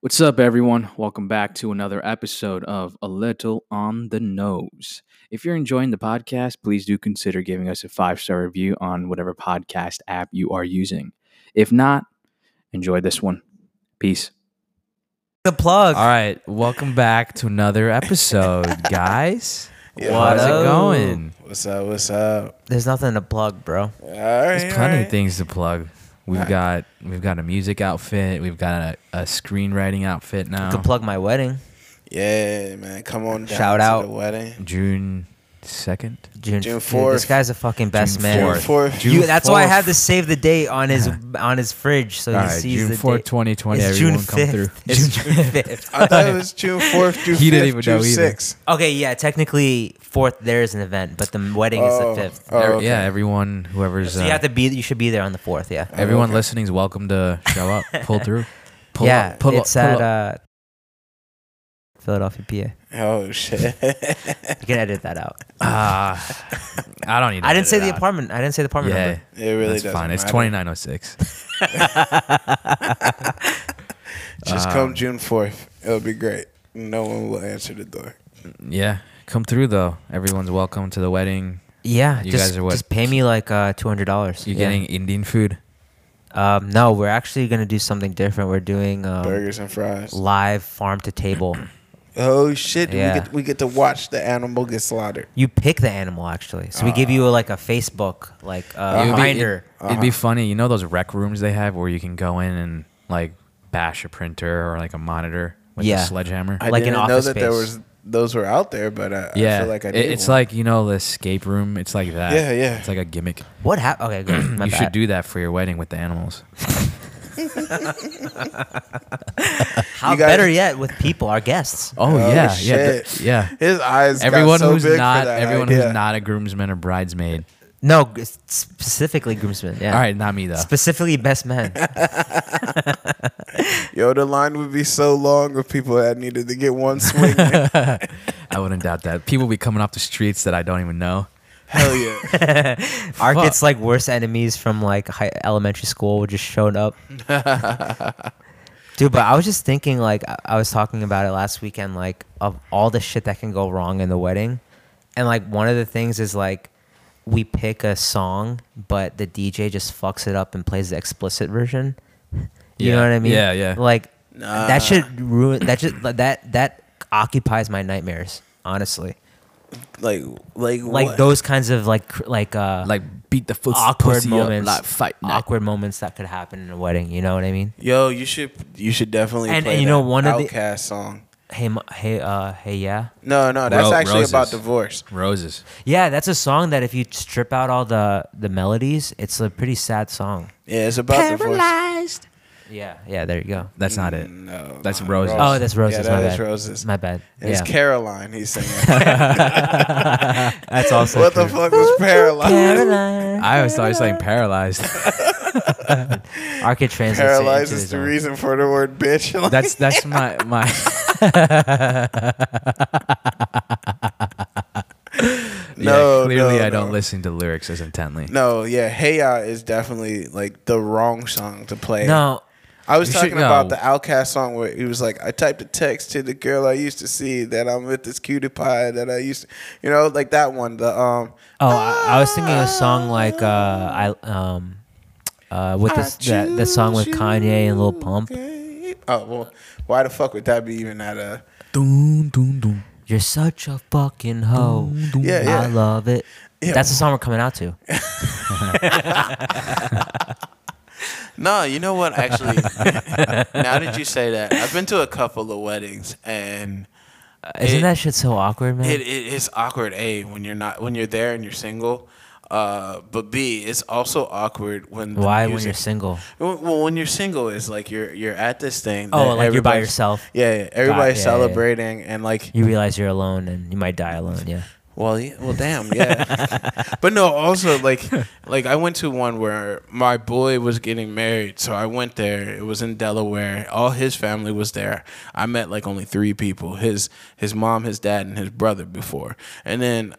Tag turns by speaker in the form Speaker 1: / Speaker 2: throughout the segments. Speaker 1: What's up, everyone? Welcome back to another episode of A Little on the Nose. If you're enjoying the podcast, please do consider giving us a five star review on whatever podcast app you are using. If not, enjoy this one. Peace.
Speaker 2: the plug.
Speaker 3: All right, welcome back to another episode, guys.
Speaker 4: Yeah.
Speaker 3: How's
Speaker 2: Hello.
Speaker 3: it going?
Speaker 4: What's up? What's up?
Speaker 2: There's nothing to plug, bro.
Speaker 4: All right.
Speaker 3: There's plenty of things to plug. We've got we've got a music outfit. We've got a, a screenwriting outfit
Speaker 2: I
Speaker 3: now.
Speaker 2: could plug my wedding,
Speaker 4: Yeah, man. Come on. Down
Speaker 2: Shout
Speaker 4: to
Speaker 2: out.
Speaker 4: the wedding.
Speaker 3: June second.
Speaker 2: June,
Speaker 4: June
Speaker 2: dude,
Speaker 4: 4th.
Speaker 2: This guy's a fucking best
Speaker 3: June
Speaker 2: man.
Speaker 4: June fourth.
Speaker 3: June
Speaker 2: You- that's why I
Speaker 3: 4th.
Speaker 2: had to save the date on his on his fridge so
Speaker 3: All
Speaker 2: he
Speaker 3: right,
Speaker 2: sees
Speaker 3: June
Speaker 2: the
Speaker 3: fourth,
Speaker 2: date.
Speaker 3: twenty twenty.
Speaker 2: It's
Speaker 3: Everyone
Speaker 2: June
Speaker 3: come through.
Speaker 2: fifth. It's June fifth.
Speaker 4: I thought it was June fourth, June
Speaker 3: He didn't
Speaker 4: fifth,
Speaker 3: even
Speaker 4: June
Speaker 3: know either.
Speaker 4: sixth.
Speaker 2: Okay, yeah. Technically, fourth there is an event, but the wedding
Speaker 4: Oh,
Speaker 2: is the fifth.
Speaker 4: oh,
Speaker 3: Every-
Speaker 4: okay.
Speaker 3: Yeah, everyone, whoever's
Speaker 2: So you
Speaker 3: uh,
Speaker 2: have to be. You should be there on the fourth. Yeah.
Speaker 3: everyone
Speaker 4: okay.
Speaker 3: listening's welcome to show up, pull through, pull
Speaker 2: yeah.
Speaker 3: up, pull
Speaker 2: it's
Speaker 3: up, pull
Speaker 2: at
Speaker 3: up.
Speaker 2: Uh, Philadelphia, PA.
Speaker 4: Oh shit.
Speaker 2: You can edit that out.
Speaker 3: Ah, I don't need. To
Speaker 2: uh, I didn't
Speaker 3: edit
Speaker 2: say the
Speaker 3: out.
Speaker 2: apartment. I didn't say the apartment
Speaker 3: Yeah,
Speaker 2: number.
Speaker 4: It really
Speaker 3: that's
Speaker 4: doesn't
Speaker 3: fine. It's
Speaker 4: matter.
Speaker 3: twenty nine oh six.
Speaker 4: Just
Speaker 3: Uh,
Speaker 4: come June fourth. It'll be great. No one will answer the door.
Speaker 3: Yeah, come through though. Everyone's welcome to the wedding.
Speaker 2: Yeah,
Speaker 3: You
Speaker 2: just,
Speaker 3: guys are what?
Speaker 2: just pay me like uh, two hundred dollars.
Speaker 3: You're getting Indian food.
Speaker 2: Um, no, we're actually gonna do something different. We're doing um,
Speaker 4: Burgers and fries.
Speaker 2: live farm to table.
Speaker 4: Oh shit.
Speaker 2: Yeah.
Speaker 4: We get we get to watch the animal get slaughtered.
Speaker 2: You pick the animal actually, so we give you like a Facebook like uh,
Speaker 3: Ah. It would be-
Speaker 2: reminder.
Speaker 3: it- It'd be funny. You know those rec rooms they have where you can go in and like bash a printer or like a monitor with
Speaker 2: Yeah.
Speaker 3: a sledgehammer.
Speaker 4: I
Speaker 2: Like in
Speaker 4: didn't know
Speaker 2: Office
Speaker 4: that there
Speaker 2: Space.
Speaker 4: was those were out there, but I, I
Speaker 3: yeah,
Speaker 4: feel like I
Speaker 3: It-
Speaker 4: need
Speaker 3: it's
Speaker 4: one.
Speaker 3: like you know the escape room. It's like that.
Speaker 4: Yeah, yeah.
Speaker 3: It's like a gimmick.
Speaker 2: What happened? Okay, good. My
Speaker 3: you
Speaker 2: bad.
Speaker 3: should do that for your wedding with the animals.
Speaker 2: How
Speaker 4: You guys-
Speaker 2: better yet with people, our guests.
Speaker 3: Oh,
Speaker 4: Oh,
Speaker 3: yeah, yeah,
Speaker 4: shit.
Speaker 3: th- yeah.
Speaker 4: his eyes. got
Speaker 3: Everyone
Speaker 4: so
Speaker 3: who's
Speaker 4: big for
Speaker 3: not
Speaker 4: that
Speaker 3: everyone
Speaker 4: idea.
Speaker 3: who's not a groomsman or bridesmaid.
Speaker 2: No, g- specifically groomsmen. Yeah.
Speaker 3: All right, not me though.
Speaker 2: Specifically, best man.
Speaker 4: Yo, the line would be so long if people had needed to get one swing. in.
Speaker 3: I wouldn't doubt that. People be coming off the streets that I don't even know.
Speaker 4: Hell yeah.
Speaker 2: Our kids like worst enemies from like high, elementary school just showed up. Dude, but I was just thinking, like, I- I was talking about it last weekend, like, of all the shit that can go wrong in the wedding. And, like, one of the things is, like, we pick a song, but the DJ just fucks it up and plays the explicit version. You know
Speaker 3: Yeah.
Speaker 2: what I mean?
Speaker 3: Yeah, yeah.
Speaker 2: Like, that should ruin, that should, that, that occupies my nightmares, honestly.
Speaker 4: Like, like,
Speaker 2: Like,
Speaker 4: what?
Speaker 2: those kinds of, like, cr- like, uh,
Speaker 3: Like beat the foot
Speaker 2: awkward moments,
Speaker 3: like fight now.
Speaker 2: awkward moments that could happen in a wedding. You know what I mean?
Speaker 4: Yo, you should, you should definitely.
Speaker 2: And-
Speaker 4: play
Speaker 2: and you
Speaker 4: that
Speaker 2: know one of the-
Speaker 4: Outkast song.
Speaker 2: Hey, mo- hey, uh, hey, yeah,
Speaker 4: No, no, that's
Speaker 3: Ro-
Speaker 4: actually
Speaker 3: Roses.
Speaker 4: about divorce.
Speaker 3: Roses.
Speaker 2: yeah. That's a song that if you strip out all the the melodies, it's a pretty sad song.
Speaker 4: Yeah, it's about divorce.
Speaker 2: Yeah, yeah. There you go.
Speaker 3: That's not it.
Speaker 4: No,
Speaker 3: That's
Speaker 4: no,
Speaker 3: Roses.
Speaker 2: Oh, that's roses.
Speaker 4: Yeah,
Speaker 2: my
Speaker 4: that
Speaker 2: bad.
Speaker 4: is roses.
Speaker 2: My bad.
Speaker 4: And It's
Speaker 2: yeah.
Speaker 4: Caroline. He's singing.
Speaker 2: that's also
Speaker 4: what the
Speaker 2: true.
Speaker 4: fuck was Caroline?
Speaker 2: Caroline.
Speaker 3: I always thought you were saying paralyzed.
Speaker 2: Arcade translates it
Speaker 4: Paralyzed
Speaker 2: into
Speaker 4: is
Speaker 2: his
Speaker 4: the
Speaker 2: own-
Speaker 4: reason for the word bitch. Like,
Speaker 3: That's that's my my.
Speaker 4: No,
Speaker 3: yeah, clearly
Speaker 4: no,
Speaker 3: I don't
Speaker 4: no.
Speaker 3: listen to lyrics as intently.
Speaker 4: no, yeah, Hey Ya is definitely like the wrong song to play.
Speaker 2: No,
Speaker 4: I was
Speaker 3: You
Speaker 4: talking
Speaker 3: should- no.
Speaker 4: about the Outcast song where he was like, I typed a text to the girl I used to see that I'm with this cutie pie that I used to, you know, like that one. The um,
Speaker 2: Oh, I, I was thinking a song like uh, I um, uh, with this
Speaker 4: I
Speaker 2: the, the song with
Speaker 4: choose
Speaker 2: Kanye and Lil
Speaker 4: you,
Speaker 2: Pump.
Speaker 4: babe. Oh well, why the fuck would that be even at a?
Speaker 3: Doom, doom, doom.
Speaker 2: You're such a fucking hoe.
Speaker 4: Yeah, yeah.
Speaker 2: I love it.
Speaker 4: Yeah.
Speaker 2: That's the song we're coming out to.
Speaker 4: No, you know what? Actually, now that you say that, I've been to a couple of weddings and.
Speaker 2: Isn't
Speaker 4: It-
Speaker 2: that shit so awkward, man?
Speaker 4: It, it is awkward. A when you're not when you're there and you're single, uh, but B it's also awkward when the
Speaker 2: Why when
Speaker 4: music-
Speaker 2: you're single?
Speaker 4: Well, well, when you're single, it's like you're you're at this thing.
Speaker 2: Oh,
Speaker 4: that
Speaker 2: like you're by
Speaker 4: everybody's-
Speaker 2: yourself.
Speaker 4: Yeah, yeah everybody's
Speaker 2: yeah, yeah.
Speaker 4: celebrating and like.
Speaker 2: You realize you're alone and you might die alone. Yeah.
Speaker 4: Well, yeah, well, damn, yeah. but no, also like, like I went to one where my boy was getting married, so I went there. It was in Delaware. All his family was there. I met like only three people: his his mom, his dad, and his brother before. And then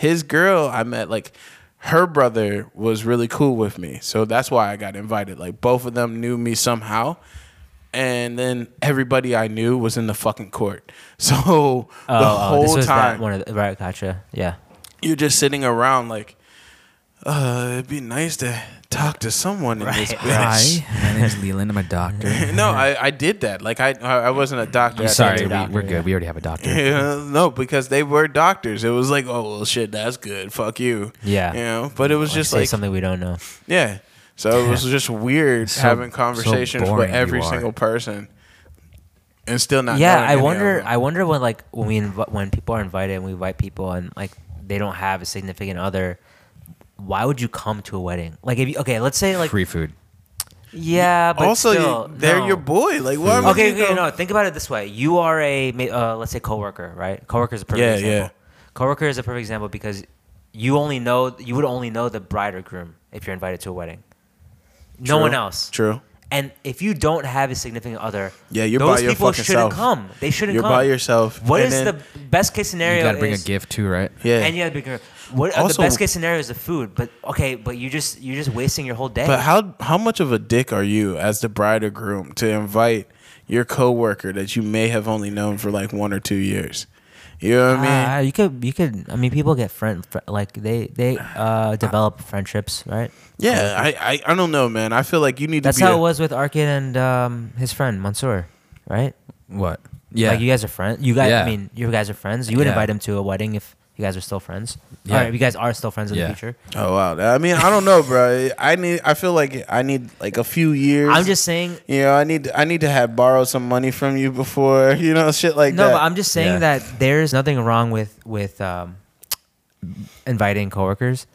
Speaker 4: his girl, I met like her brother was really cool with me, so that's why I got invited. Like both of them knew me somehow. and then everybody I knew was in the fucking court. So the
Speaker 2: Oh, oh,
Speaker 4: whole
Speaker 2: this was
Speaker 4: time
Speaker 2: that one of the, right. Gotcha. Yeah.
Speaker 4: you're just sitting around like, uh, it'd be nice to talk to someone in this
Speaker 2: Right.
Speaker 4: bitch.
Speaker 3: My name's Leland. I'm a doctor.
Speaker 4: no, I, I did that. Like I I I wasn't a doctor. at that
Speaker 3: Sorry,
Speaker 4: time.
Speaker 3: we,
Speaker 2: doctor,
Speaker 3: we're
Speaker 2: yeah.
Speaker 3: good. We already have a doctor.
Speaker 4: Yeah, no, because they were doctors. It was like, oh well, shit, that's good. Fuck you.
Speaker 2: Yeah.
Speaker 4: You know, but it was just
Speaker 2: say
Speaker 4: like,
Speaker 2: something we don't know.
Speaker 4: yeah. So it was just weird
Speaker 3: So-
Speaker 4: having
Speaker 3: so
Speaker 4: conversations with
Speaker 3: boring you
Speaker 4: every
Speaker 3: are.
Speaker 4: single person, and still not.
Speaker 2: yeah,
Speaker 4: knowing
Speaker 2: I
Speaker 4: any of
Speaker 2: wonder.
Speaker 4: them.
Speaker 2: I wonder when like when we inv- when people are invited and we invite people and like they don't have a significant other. Why would you come to a wedding? Like if you okay, let's say like
Speaker 3: Free food.
Speaker 2: yeah, but
Speaker 4: also, you-
Speaker 2: still,
Speaker 4: they're
Speaker 2: no.
Speaker 4: your boy. Like, why? would
Speaker 2: Okay,
Speaker 4: you
Speaker 2: okay,
Speaker 4: go-
Speaker 2: no. Think about it this way: you are a ma- uh, let's say coworker, right? Coworker is a perfect
Speaker 4: Yeah,
Speaker 2: example.
Speaker 4: yeah.
Speaker 2: Coworker is a perfect example because you only know you would only know the bride or groom if you're invited to a wedding. No
Speaker 4: True,
Speaker 2: one else.
Speaker 4: True.
Speaker 2: And if you don't have a significant other,
Speaker 4: Yeah, you're
Speaker 2: those
Speaker 4: by your
Speaker 2: people
Speaker 4: fucking
Speaker 2: shouldn't
Speaker 4: self.
Speaker 2: come. They shouldn't
Speaker 4: You're
Speaker 2: come.
Speaker 4: by yourself,
Speaker 2: What
Speaker 4: and
Speaker 2: is
Speaker 4: then-
Speaker 2: the best case scenario?
Speaker 3: You gotta bring
Speaker 2: is-
Speaker 3: a gift too, right?
Speaker 4: Yeah.
Speaker 2: And you gotta bring a What
Speaker 4: Also-
Speaker 2: the best case scenario is the food, but okay, but you just you're just wasting your whole day.
Speaker 4: But how how much of a dick are you as the bride or groom to invite your coworker that you may have only known for like one or two years? You know what I mean?
Speaker 2: Ah, you could you could I mean people get friend fr- like they they uh develop friendships right
Speaker 4: Yeah, I, I I don't know, man. I feel like you need
Speaker 2: that's
Speaker 4: to be.
Speaker 2: how
Speaker 4: a-
Speaker 2: it was with Arkin and um his friend Mansoor right
Speaker 3: What? Yeah.
Speaker 2: like you guys are friends you guys
Speaker 3: Yeah.
Speaker 2: I mean you guys are friends you would
Speaker 3: Yeah.
Speaker 2: invite him to a wedding if you guys are still friends
Speaker 3: Yeah.
Speaker 2: Or if you guys are still friends in
Speaker 3: Yeah.
Speaker 2: the future
Speaker 4: Oh wow! I mean, I don't know, bro. I need. I feel like I need like a few years.
Speaker 2: I'm just saying
Speaker 4: You know, I need. I need to have borrowed some money from you before. You know, shit like
Speaker 2: no
Speaker 4: that.
Speaker 2: but I'm just saying
Speaker 3: Yeah.
Speaker 2: that there's nothing wrong with with um inviting coworkers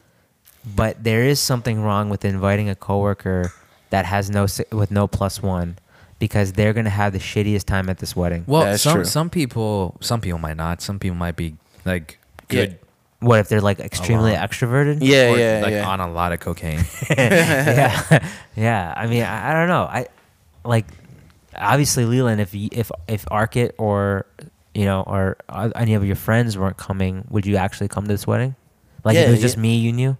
Speaker 2: but there is something wrong with inviting a coworker that has no si- with no plus one because they're gonna have the shittiest time at this wedding.
Speaker 3: well,
Speaker 4: That's
Speaker 3: some
Speaker 4: true.
Speaker 3: some people some people might not. Some people might be like
Speaker 4: Yeah.
Speaker 3: good.
Speaker 2: What if they're like extremely
Speaker 3: lot.
Speaker 2: extroverted?
Speaker 4: yeah,
Speaker 3: or,
Speaker 4: yeah,
Speaker 3: like
Speaker 4: yeah.
Speaker 3: on a lot of cocaine.
Speaker 2: yeah, yeah. I mean, I, I don't know. I like obviously Leland. If y- if if Arkit or you know or uh, any of your friends weren't coming, would you actually come to this wedding? Like if
Speaker 4: Yeah,
Speaker 2: it was just
Speaker 4: yeah.
Speaker 2: me, you knew.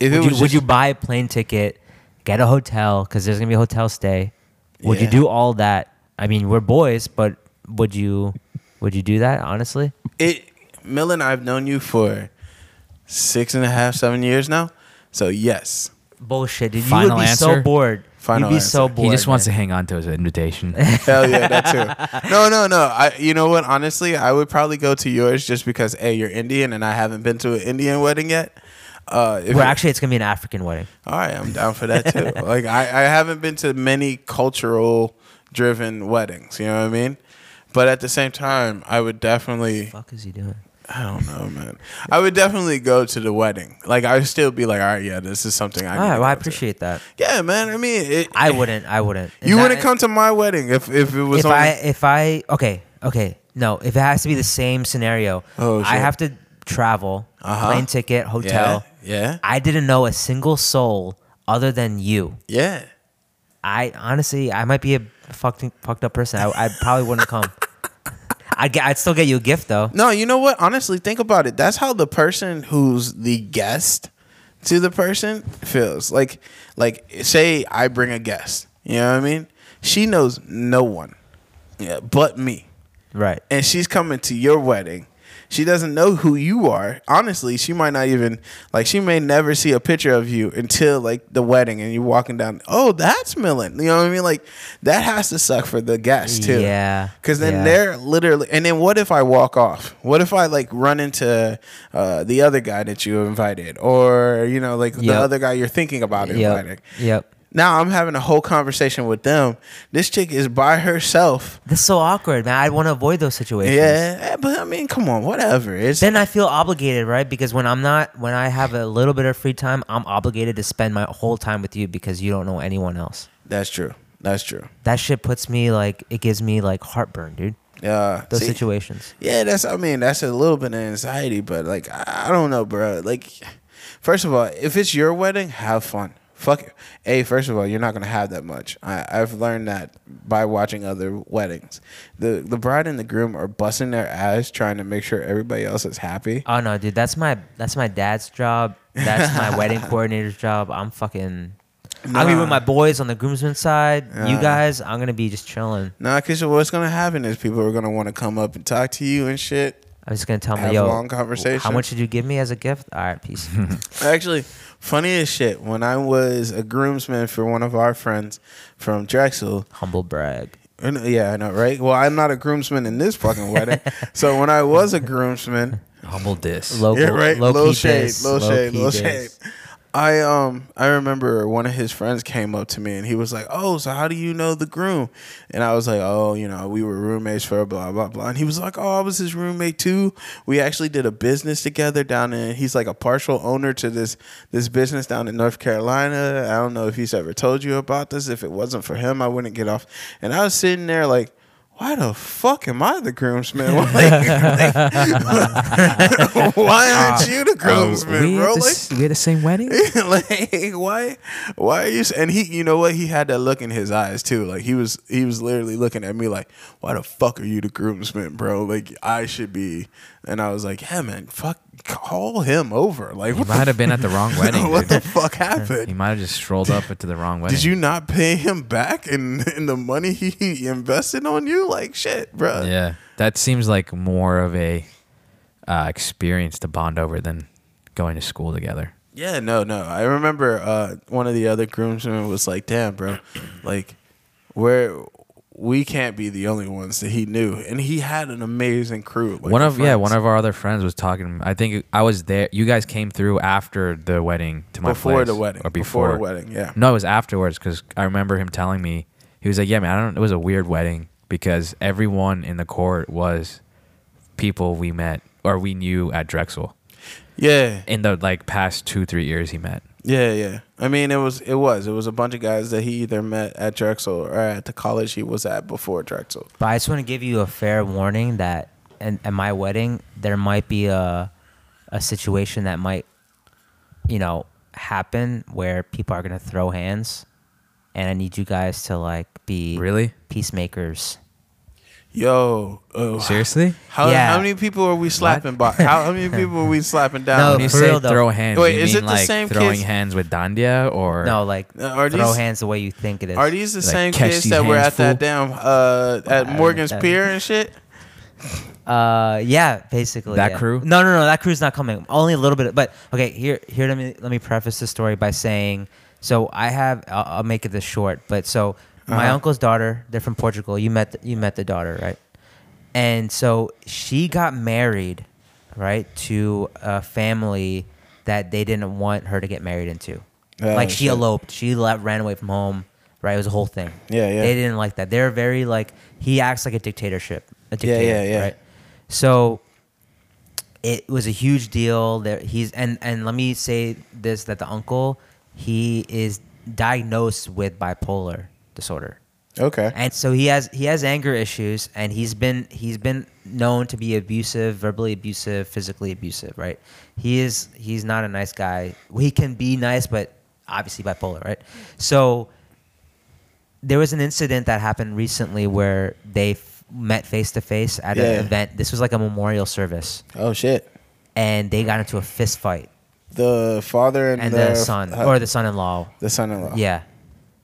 Speaker 4: if
Speaker 2: Would you, would
Speaker 4: just-
Speaker 2: you buy a plane ticket, get a hotel because there's gonna be a hotel stay? Would
Speaker 4: Yeah.
Speaker 2: you do all that? I mean, we're boys, but would you would you do that honestly?
Speaker 4: it Millen, I've known you for six and a half, seven years now. So yes.
Speaker 2: Bullshit, dude. you
Speaker 3: Final
Speaker 2: would be
Speaker 3: answer?
Speaker 2: so bored.
Speaker 4: Final
Speaker 2: You'd be so
Speaker 4: answer.
Speaker 2: bored.
Speaker 3: he just wants to
Speaker 2: man.
Speaker 3: hang on to his invitation.
Speaker 4: Hell yeah, that too. No, no, no. I you know what? Honestly, I would probably go to yours just because A, you're Indian and I haven't been to an Indian wedding yet. Uh if
Speaker 2: Well,
Speaker 4: you-
Speaker 2: actually, it's gonna be an African wedding.
Speaker 4: all right, I'm down for that too. like I, I haven't been to many cultural driven weddings, you know what I mean? But at the same time, I would definitely
Speaker 2: fuck is he doing?
Speaker 4: I don't know, man. I would definitely go to the wedding. Like I would still be like, all right, yeah, this is something I
Speaker 2: All
Speaker 4: need to
Speaker 2: right, well, I
Speaker 4: go to."
Speaker 2: appreciate that.
Speaker 4: Yeah, man. I mean, it,
Speaker 2: I wouldn't. I wouldn't.
Speaker 4: you
Speaker 2: And
Speaker 4: wouldn't
Speaker 2: that-
Speaker 4: come to my wedding if if it was
Speaker 2: If
Speaker 4: on.
Speaker 2: I, if I, okay, okay, no. If it has to be the same scenario,
Speaker 4: Oh,
Speaker 2: I
Speaker 4: shit.
Speaker 2: have to travel,
Speaker 4: Uh-huh.
Speaker 2: plane ticket, hotel.
Speaker 4: Yeah,
Speaker 2: I didn't know a single soul other than you.
Speaker 4: yeah.
Speaker 2: I honestly, I might be a fucked fucked up person. I, I probably wouldn't come. I'd get, I'd still get you a gift though.
Speaker 4: No, you know what? Honestly, think about it. That's how the person who's the guest to the person feels. Like, like say I bring a guest. You know what I mean? She knows no one, yeah, but me.
Speaker 2: Right.
Speaker 4: and she's coming to your wedding. She doesn't know who you are. Honestly, she might not even like she may never see a picture of you until like the wedding and you're walking down, "Oh, that's Millen." You know what I mean? Like that has to suck for the guests too.
Speaker 2: Yeah,
Speaker 4: Cuz then
Speaker 2: yeah.
Speaker 4: they're literally and then what if I walk off? What if I like run into uh the other guy that you invited or you know like the
Speaker 2: Yep.
Speaker 4: other guy you're thinking about inviting?
Speaker 2: Yep. Yep.
Speaker 4: Now I'm having a whole conversation with them. This chick is by herself.
Speaker 2: That's so awkward, man. I want to avoid those situations.
Speaker 4: Yeah, eh, but I mean, come on, whatever. It's
Speaker 2: then I feel obligated, right? Because when I'm not, when I have a little bit of free time, I'm obligated to spend my whole time with you because you don't know anyone else.
Speaker 4: that's true. That's true.
Speaker 2: That shit puts me like, it gives me like heartburn, dude.
Speaker 4: Yeah.
Speaker 2: Those
Speaker 4: see?
Speaker 2: situations.
Speaker 4: Yeah, that's. I mean, that's a little bit of anxiety, but like, I I don't know, bro. Like, first of all, if it's your wedding, have fun. Fuck. it. A. First of all, you're not gonna have that much. I, I've learned that by watching other weddings. The the bride and the groom are busting their ass trying to make sure everybody else is happy.
Speaker 2: Oh no, dude, that's my that's my dad's job. That's my wedding coordinator's job. I'm fucking. I'll be
Speaker 4: Nah.
Speaker 2: with my boys on the groomsmen side. You
Speaker 4: Nah.
Speaker 2: guys, I'm gonna be just chilling.
Speaker 4: Nah, because what's gonna happen is people are gonna want to come up and talk to you and shit.
Speaker 2: I'm just gonna tell them,
Speaker 4: Have
Speaker 2: yo,
Speaker 4: long conversations.
Speaker 2: how much did you give me as a gift? All right, peace.
Speaker 4: Actually, funny as shit. When I was a groomsman for one of our friends from Drexel,
Speaker 2: Humble brag.
Speaker 4: or no- yeah, I know, right? Well, I'm not a groomsman in this fucking wedding. so when I was a groomsman,
Speaker 3: Humble diss.
Speaker 2: Local,
Speaker 4: yeah, right,
Speaker 2: Low,
Speaker 4: little
Speaker 2: key
Speaker 4: shade,
Speaker 2: diss,
Speaker 4: little shade,
Speaker 2: low-key
Speaker 4: little shade.
Speaker 2: diss.
Speaker 4: I um I remember one of his friends came up to me and he was like, "Oh, so how do you know the groom?" And I was like, "Oh, you know, we were roommates for blah blah blah." And he was like, "Oh, I was his roommate too. We actually did a business together down in. He's like a partial owner to this this business down in North Carolina. I don't know if he's ever told you about this. If it wasn't for him, I wouldn't get off." And I was sitting there like. Why the fuck am I the groomsman? Like, like, why aren't you the
Speaker 3: Uh,
Speaker 4: groomsman,
Speaker 3: we,
Speaker 4: bro?
Speaker 3: at the,
Speaker 4: Like,
Speaker 3: s- we at the same wedding?
Speaker 4: like why why are you s- and he you know what he had that look in his eyes too like he was he was literally looking at me like why the fuck are you the groomsman bro like i should be and i was like yeah man fuck call him over like
Speaker 3: He
Speaker 4: what,
Speaker 3: might have been at the wrong
Speaker 4: the,
Speaker 3: wedding.
Speaker 4: what
Speaker 3: dude.
Speaker 4: the fuck
Speaker 3: He
Speaker 4: happened
Speaker 3: might have just strolled up to the wrong wedding.
Speaker 4: did you not pay him back in in the money he invested on you like shit bro
Speaker 3: Yeah, that seems like more of a uh, experience to bond over than going to school together.
Speaker 4: Yeah, no, no. I remember uh, one of the other groomsmen was like, "Damn, bro, like, we're we can't be the only ones that he knew." And he had an amazing crew. Like
Speaker 3: one of yeah, one
Speaker 4: friends.
Speaker 3: of our other friends was talking. I think I was there. You guys came through after the wedding to my
Speaker 4: before
Speaker 3: place,
Speaker 4: the wedding
Speaker 3: or before,
Speaker 4: the wedding. Yeah,
Speaker 3: No, it was afterwards because I remember him telling me he was like, "Yeah, man, I don't." It was a weird wedding because everyone in the court was people we met or we knew at Drexel
Speaker 4: yeah,
Speaker 3: in the like past two three years he met.
Speaker 4: yeah, yeah. I mean, it was it was it was a bunch of guys that he either met at Drexel or at the college he was at before Drexel.
Speaker 2: But I just want to give you a fair warning that and at my wedding there might be a a situation that might you know happen where people are gonna throw hands, and I need you guys to like be
Speaker 3: Really?
Speaker 2: peacemakers.
Speaker 4: Yo, oh,
Speaker 3: Seriously?
Speaker 4: How
Speaker 2: Yeah.
Speaker 4: how many people are we slapping? By how, how many people are we slapping
Speaker 2: No,
Speaker 3: When
Speaker 4: down?
Speaker 3: you
Speaker 2: Oh, for
Speaker 3: say
Speaker 2: real though.
Speaker 3: throw hands,
Speaker 4: Wait,
Speaker 3: you
Speaker 4: is
Speaker 3: mean
Speaker 4: it the
Speaker 3: like
Speaker 4: same
Speaker 3: throwing
Speaker 4: kids-
Speaker 3: hands with Dandia or
Speaker 2: No, like
Speaker 4: Uh, are
Speaker 2: throw
Speaker 4: these-
Speaker 2: hands the way you think it is.
Speaker 4: Are these the
Speaker 3: Like,
Speaker 4: same
Speaker 3: catch
Speaker 4: kids
Speaker 3: these
Speaker 4: that were
Speaker 3: hands,
Speaker 4: at that
Speaker 3: fool.
Speaker 4: damn uh, at Morgan's
Speaker 2: that-
Speaker 4: Pier and shit?
Speaker 2: Uh, yeah, basically
Speaker 3: That
Speaker 2: yeah.
Speaker 3: crew?
Speaker 2: No, no, no, that crew's not coming. Only a little bit, but okay. Here, here. Let me let me preface the story by saying, so I have. I'll, I'll make it this short, but so my
Speaker 4: Uh-huh.
Speaker 2: uncle's daughter. They're from Portugal. You met the, you met the daughter, right? And so she got married, right, to a family that they didn't want her to get married into.
Speaker 4: Oh,
Speaker 2: like she
Speaker 4: shit.
Speaker 2: eloped. She left, ran away from home. Right, it was a whole thing.
Speaker 4: Yeah, yeah.
Speaker 2: They didn't like that. They're very like he acts like a dictatorship. A
Speaker 4: Yeah,
Speaker 2: dictator,
Speaker 4: yeah, yeah.
Speaker 2: Right. So it was a huge deal. There he's and and let me say this that the uncle he is diagnosed with bipolar disorder.
Speaker 4: Okay.
Speaker 2: And so he has he has anger issues and he's been he's been known to be abusive, verbally abusive, physically abusive, right? He is he's not a nice guy. He can be nice but obviously bipolar, right? So there was an incident that happened recently where they f- met face to face at
Speaker 4: Yeah.
Speaker 2: an event. This was like a memorial service
Speaker 4: oh shit.
Speaker 2: and they got into a fist fight
Speaker 4: The father and,
Speaker 2: and
Speaker 4: the,
Speaker 2: the son
Speaker 4: uh,
Speaker 2: or the son-in-law
Speaker 4: the son-in-law.
Speaker 2: yeah.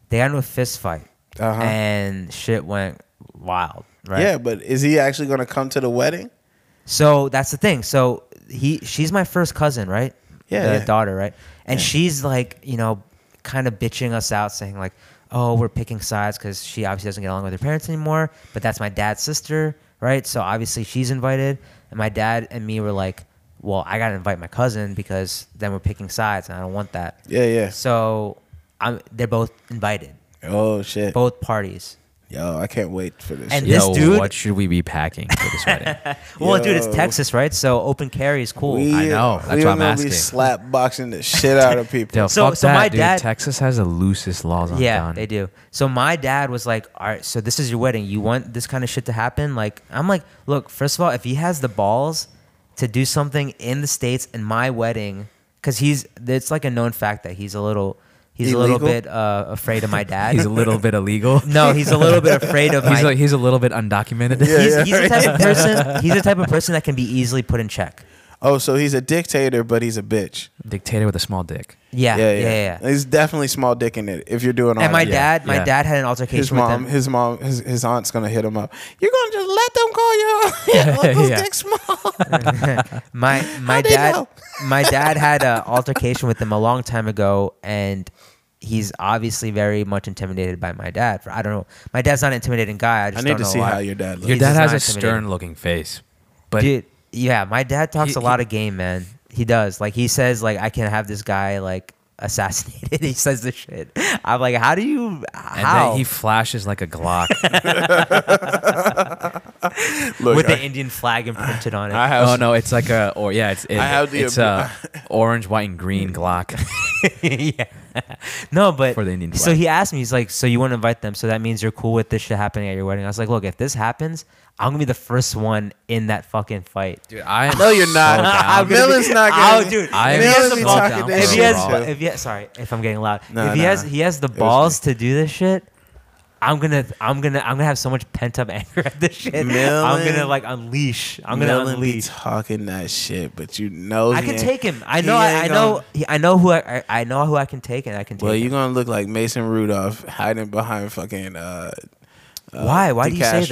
Speaker 2: They got into a fist fight.
Speaker 4: Uh-huh.
Speaker 2: And shit went wild, right?
Speaker 4: Yeah, but is he actually going to come to the wedding?
Speaker 2: So that's the thing. So he she's my first cousin, right?
Speaker 4: Yeah,
Speaker 2: The
Speaker 4: yeah.
Speaker 2: daughter, right? And she's like, you know, kind of bitching us out saying like, "Oh, we're picking sides cuz she obviously doesn't get along with her parents anymore, but that's my dad's sister, right? So obviously she's invited." And my dad and me were like, "Well, I got to invite my cousin because then we're picking sides and I don't want that."
Speaker 4: Yeah, yeah.
Speaker 2: So I'm they're both invited.
Speaker 4: Oh shit.
Speaker 2: both parties.
Speaker 4: Yo, I can't wait for this.
Speaker 2: And
Speaker 4: shit.
Speaker 2: this
Speaker 3: Yo,
Speaker 2: dude-
Speaker 3: what should we be packing for this wedding?
Speaker 2: Well, dude, it's
Speaker 4: Yo.
Speaker 2: Texas, right? So open carry is cool.
Speaker 4: we,
Speaker 3: I know. That's
Speaker 4: we
Speaker 3: why I'm
Speaker 4: gonna be
Speaker 3: asking.
Speaker 4: slap boxing the shit out of people.
Speaker 3: Yo,
Speaker 2: So-
Speaker 3: fuck
Speaker 2: so
Speaker 3: that,
Speaker 2: my
Speaker 3: dude.
Speaker 2: dad-
Speaker 3: Texas has the loosest laws on
Speaker 2: yeah,
Speaker 3: down.
Speaker 2: they do. So my dad was like, "All right, so this is your wedding. You want this kind of shit to happen?" Like, I'm like, "Look, first of all, if he has the balls to do something in the states in my wedding, because he's it's like a known fact that he's a little he's a little
Speaker 4: Illegal?
Speaker 2: bit uh, afraid of my dad.
Speaker 3: He's a little bit illegal.
Speaker 2: no, he's a little bit afraid of my.
Speaker 3: he's like he's a little bit undocumented.
Speaker 2: he's, he's the type of person. He's the type of person that can be easily put in check.
Speaker 4: Oh, so he's a dictator, but he's a bitch.
Speaker 3: Dictator with a small dick.
Speaker 2: Yeah, yeah, yeah. yeah.
Speaker 4: He's definitely small dick in it. If you're doing all
Speaker 2: and my
Speaker 4: that.
Speaker 2: dad, my
Speaker 3: yeah.
Speaker 2: dad had an altercation
Speaker 4: his
Speaker 2: with
Speaker 4: mom,
Speaker 2: him.
Speaker 4: his mom, his his aunt's gonna hit him up. You're gonna just let them call you. yeah, let those
Speaker 3: Yeah.
Speaker 4: dicks small.
Speaker 2: my my
Speaker 4: How'd they
Speaker 2: dad
Speaker 4: know?
Speaker 2: my dad had an altercation with him a long time ago and he's obviously very much intimidated by my dad i don't know my dad's not an intimidating guy i
Speaker 4: I
Speaker 2: just
Speaker 4: need
Speaker 2: don't
Speaker 4: to
Speaker 2: know
Speaker 4: see
Speaker 2: why.
Speaker 4: how your dad looks.
Speaker 3: Your
Speaker 2: He's
Speaker 3: dad
Speaker 2: just
Speaker 3: has
Speaker 2: not
Speaker 3: a
Speaker 2: intimidating.
Speaker 3: stern looking face, but
Speaker 2: dude yeah my dad talks
Speaker 3: He-
Speaker 2: a lot
Speaker 3: he-
Speaker 2: of game man he does like he says like i can have this guy like assassinated he says this shit i'm like how do you
Speaker 3: and
Speaker 2: how
Speaker 3: then he flashes like a Glock.
Speaker 4: Look,
Speaker 2: with
Speaker 4: I-
Speaker 2: the indian flag imprinted on it
Speaker 4: I have
Speaker 3: oh no, it's like a or yeah, it's it,
Speaker 4: I have the
Speaker 3: it's
Speaker 4: ab-
Speaker 3: a orange, white, and green Glock.
Speaker 2: yeah. No, but
Speaker 3: For the Indian
Speaker 2: so
Speaker 3: flag.
Speaker 2: he asked me, he's like, so you want to invite them? So that means you're cool with this shit happening at your wedding. I was like, look, if this happens, I'm gonna be the first one in that fucking fight.
Speaker 3: Dude, I am
Speaker 4: No, you're not.
Speaker 3: So down.
Speaker 2: I'm gonna
Speaker 4: Ah, Miller's
Speaker 2: be-
Speaker 4: not
Speaker 2: Oh,
Speaker 4: gonna-
Speaker 2: dude.
Speaker 3: I
Speaker 2: if
Speaker 3: am
Speaker 2: he has
Speaker 3: so
Speaker 2: the balls,
Speaker 3: down
Speaker 2: if he
Speaker 3: for
Speaker 2: has,
Speaker 3: Raw.
Speaker 2: if he has, sorry, if I'm getting loud,
Speaker 4: No,
Speaker 2: if he
Speaker 4: no,
Speaker 2: has,
Speaker 4: no.
Speaker 2: he has the
Speaker 4: was
Speaker 2: balls to do this shit. I'm gonna, I'm gonna, I'm gonna have so much pent up anger at this shit. I'm gonna
Speaker 4: Millen-
Speaker 2: like unleash. I'm gonna
Speaker 4: Millen be
Speaker 2: unleash.
Speaker 4: talking that shit, but you know
Speaker 2: I
Speaker 4: he
Speaker 2: can
Speaker 4: ain't-
Speaker 2: take him. I
Speaker 4: he
Speaker 2: know. I,
Speaker 4: ain't
Speaker 2: I know.
Speaker 4: gonna-
Speaker 2: I know who I, I. I know who I can take, and I can take.
Speaker 4: Well,
Speaker 2: him.
Speaker 4: you're gonna look like Mason Rudolph hiding behind fucking. Uh, uh,
Speaker 2: Why? Why do you say
Speaker 4: DeCastro.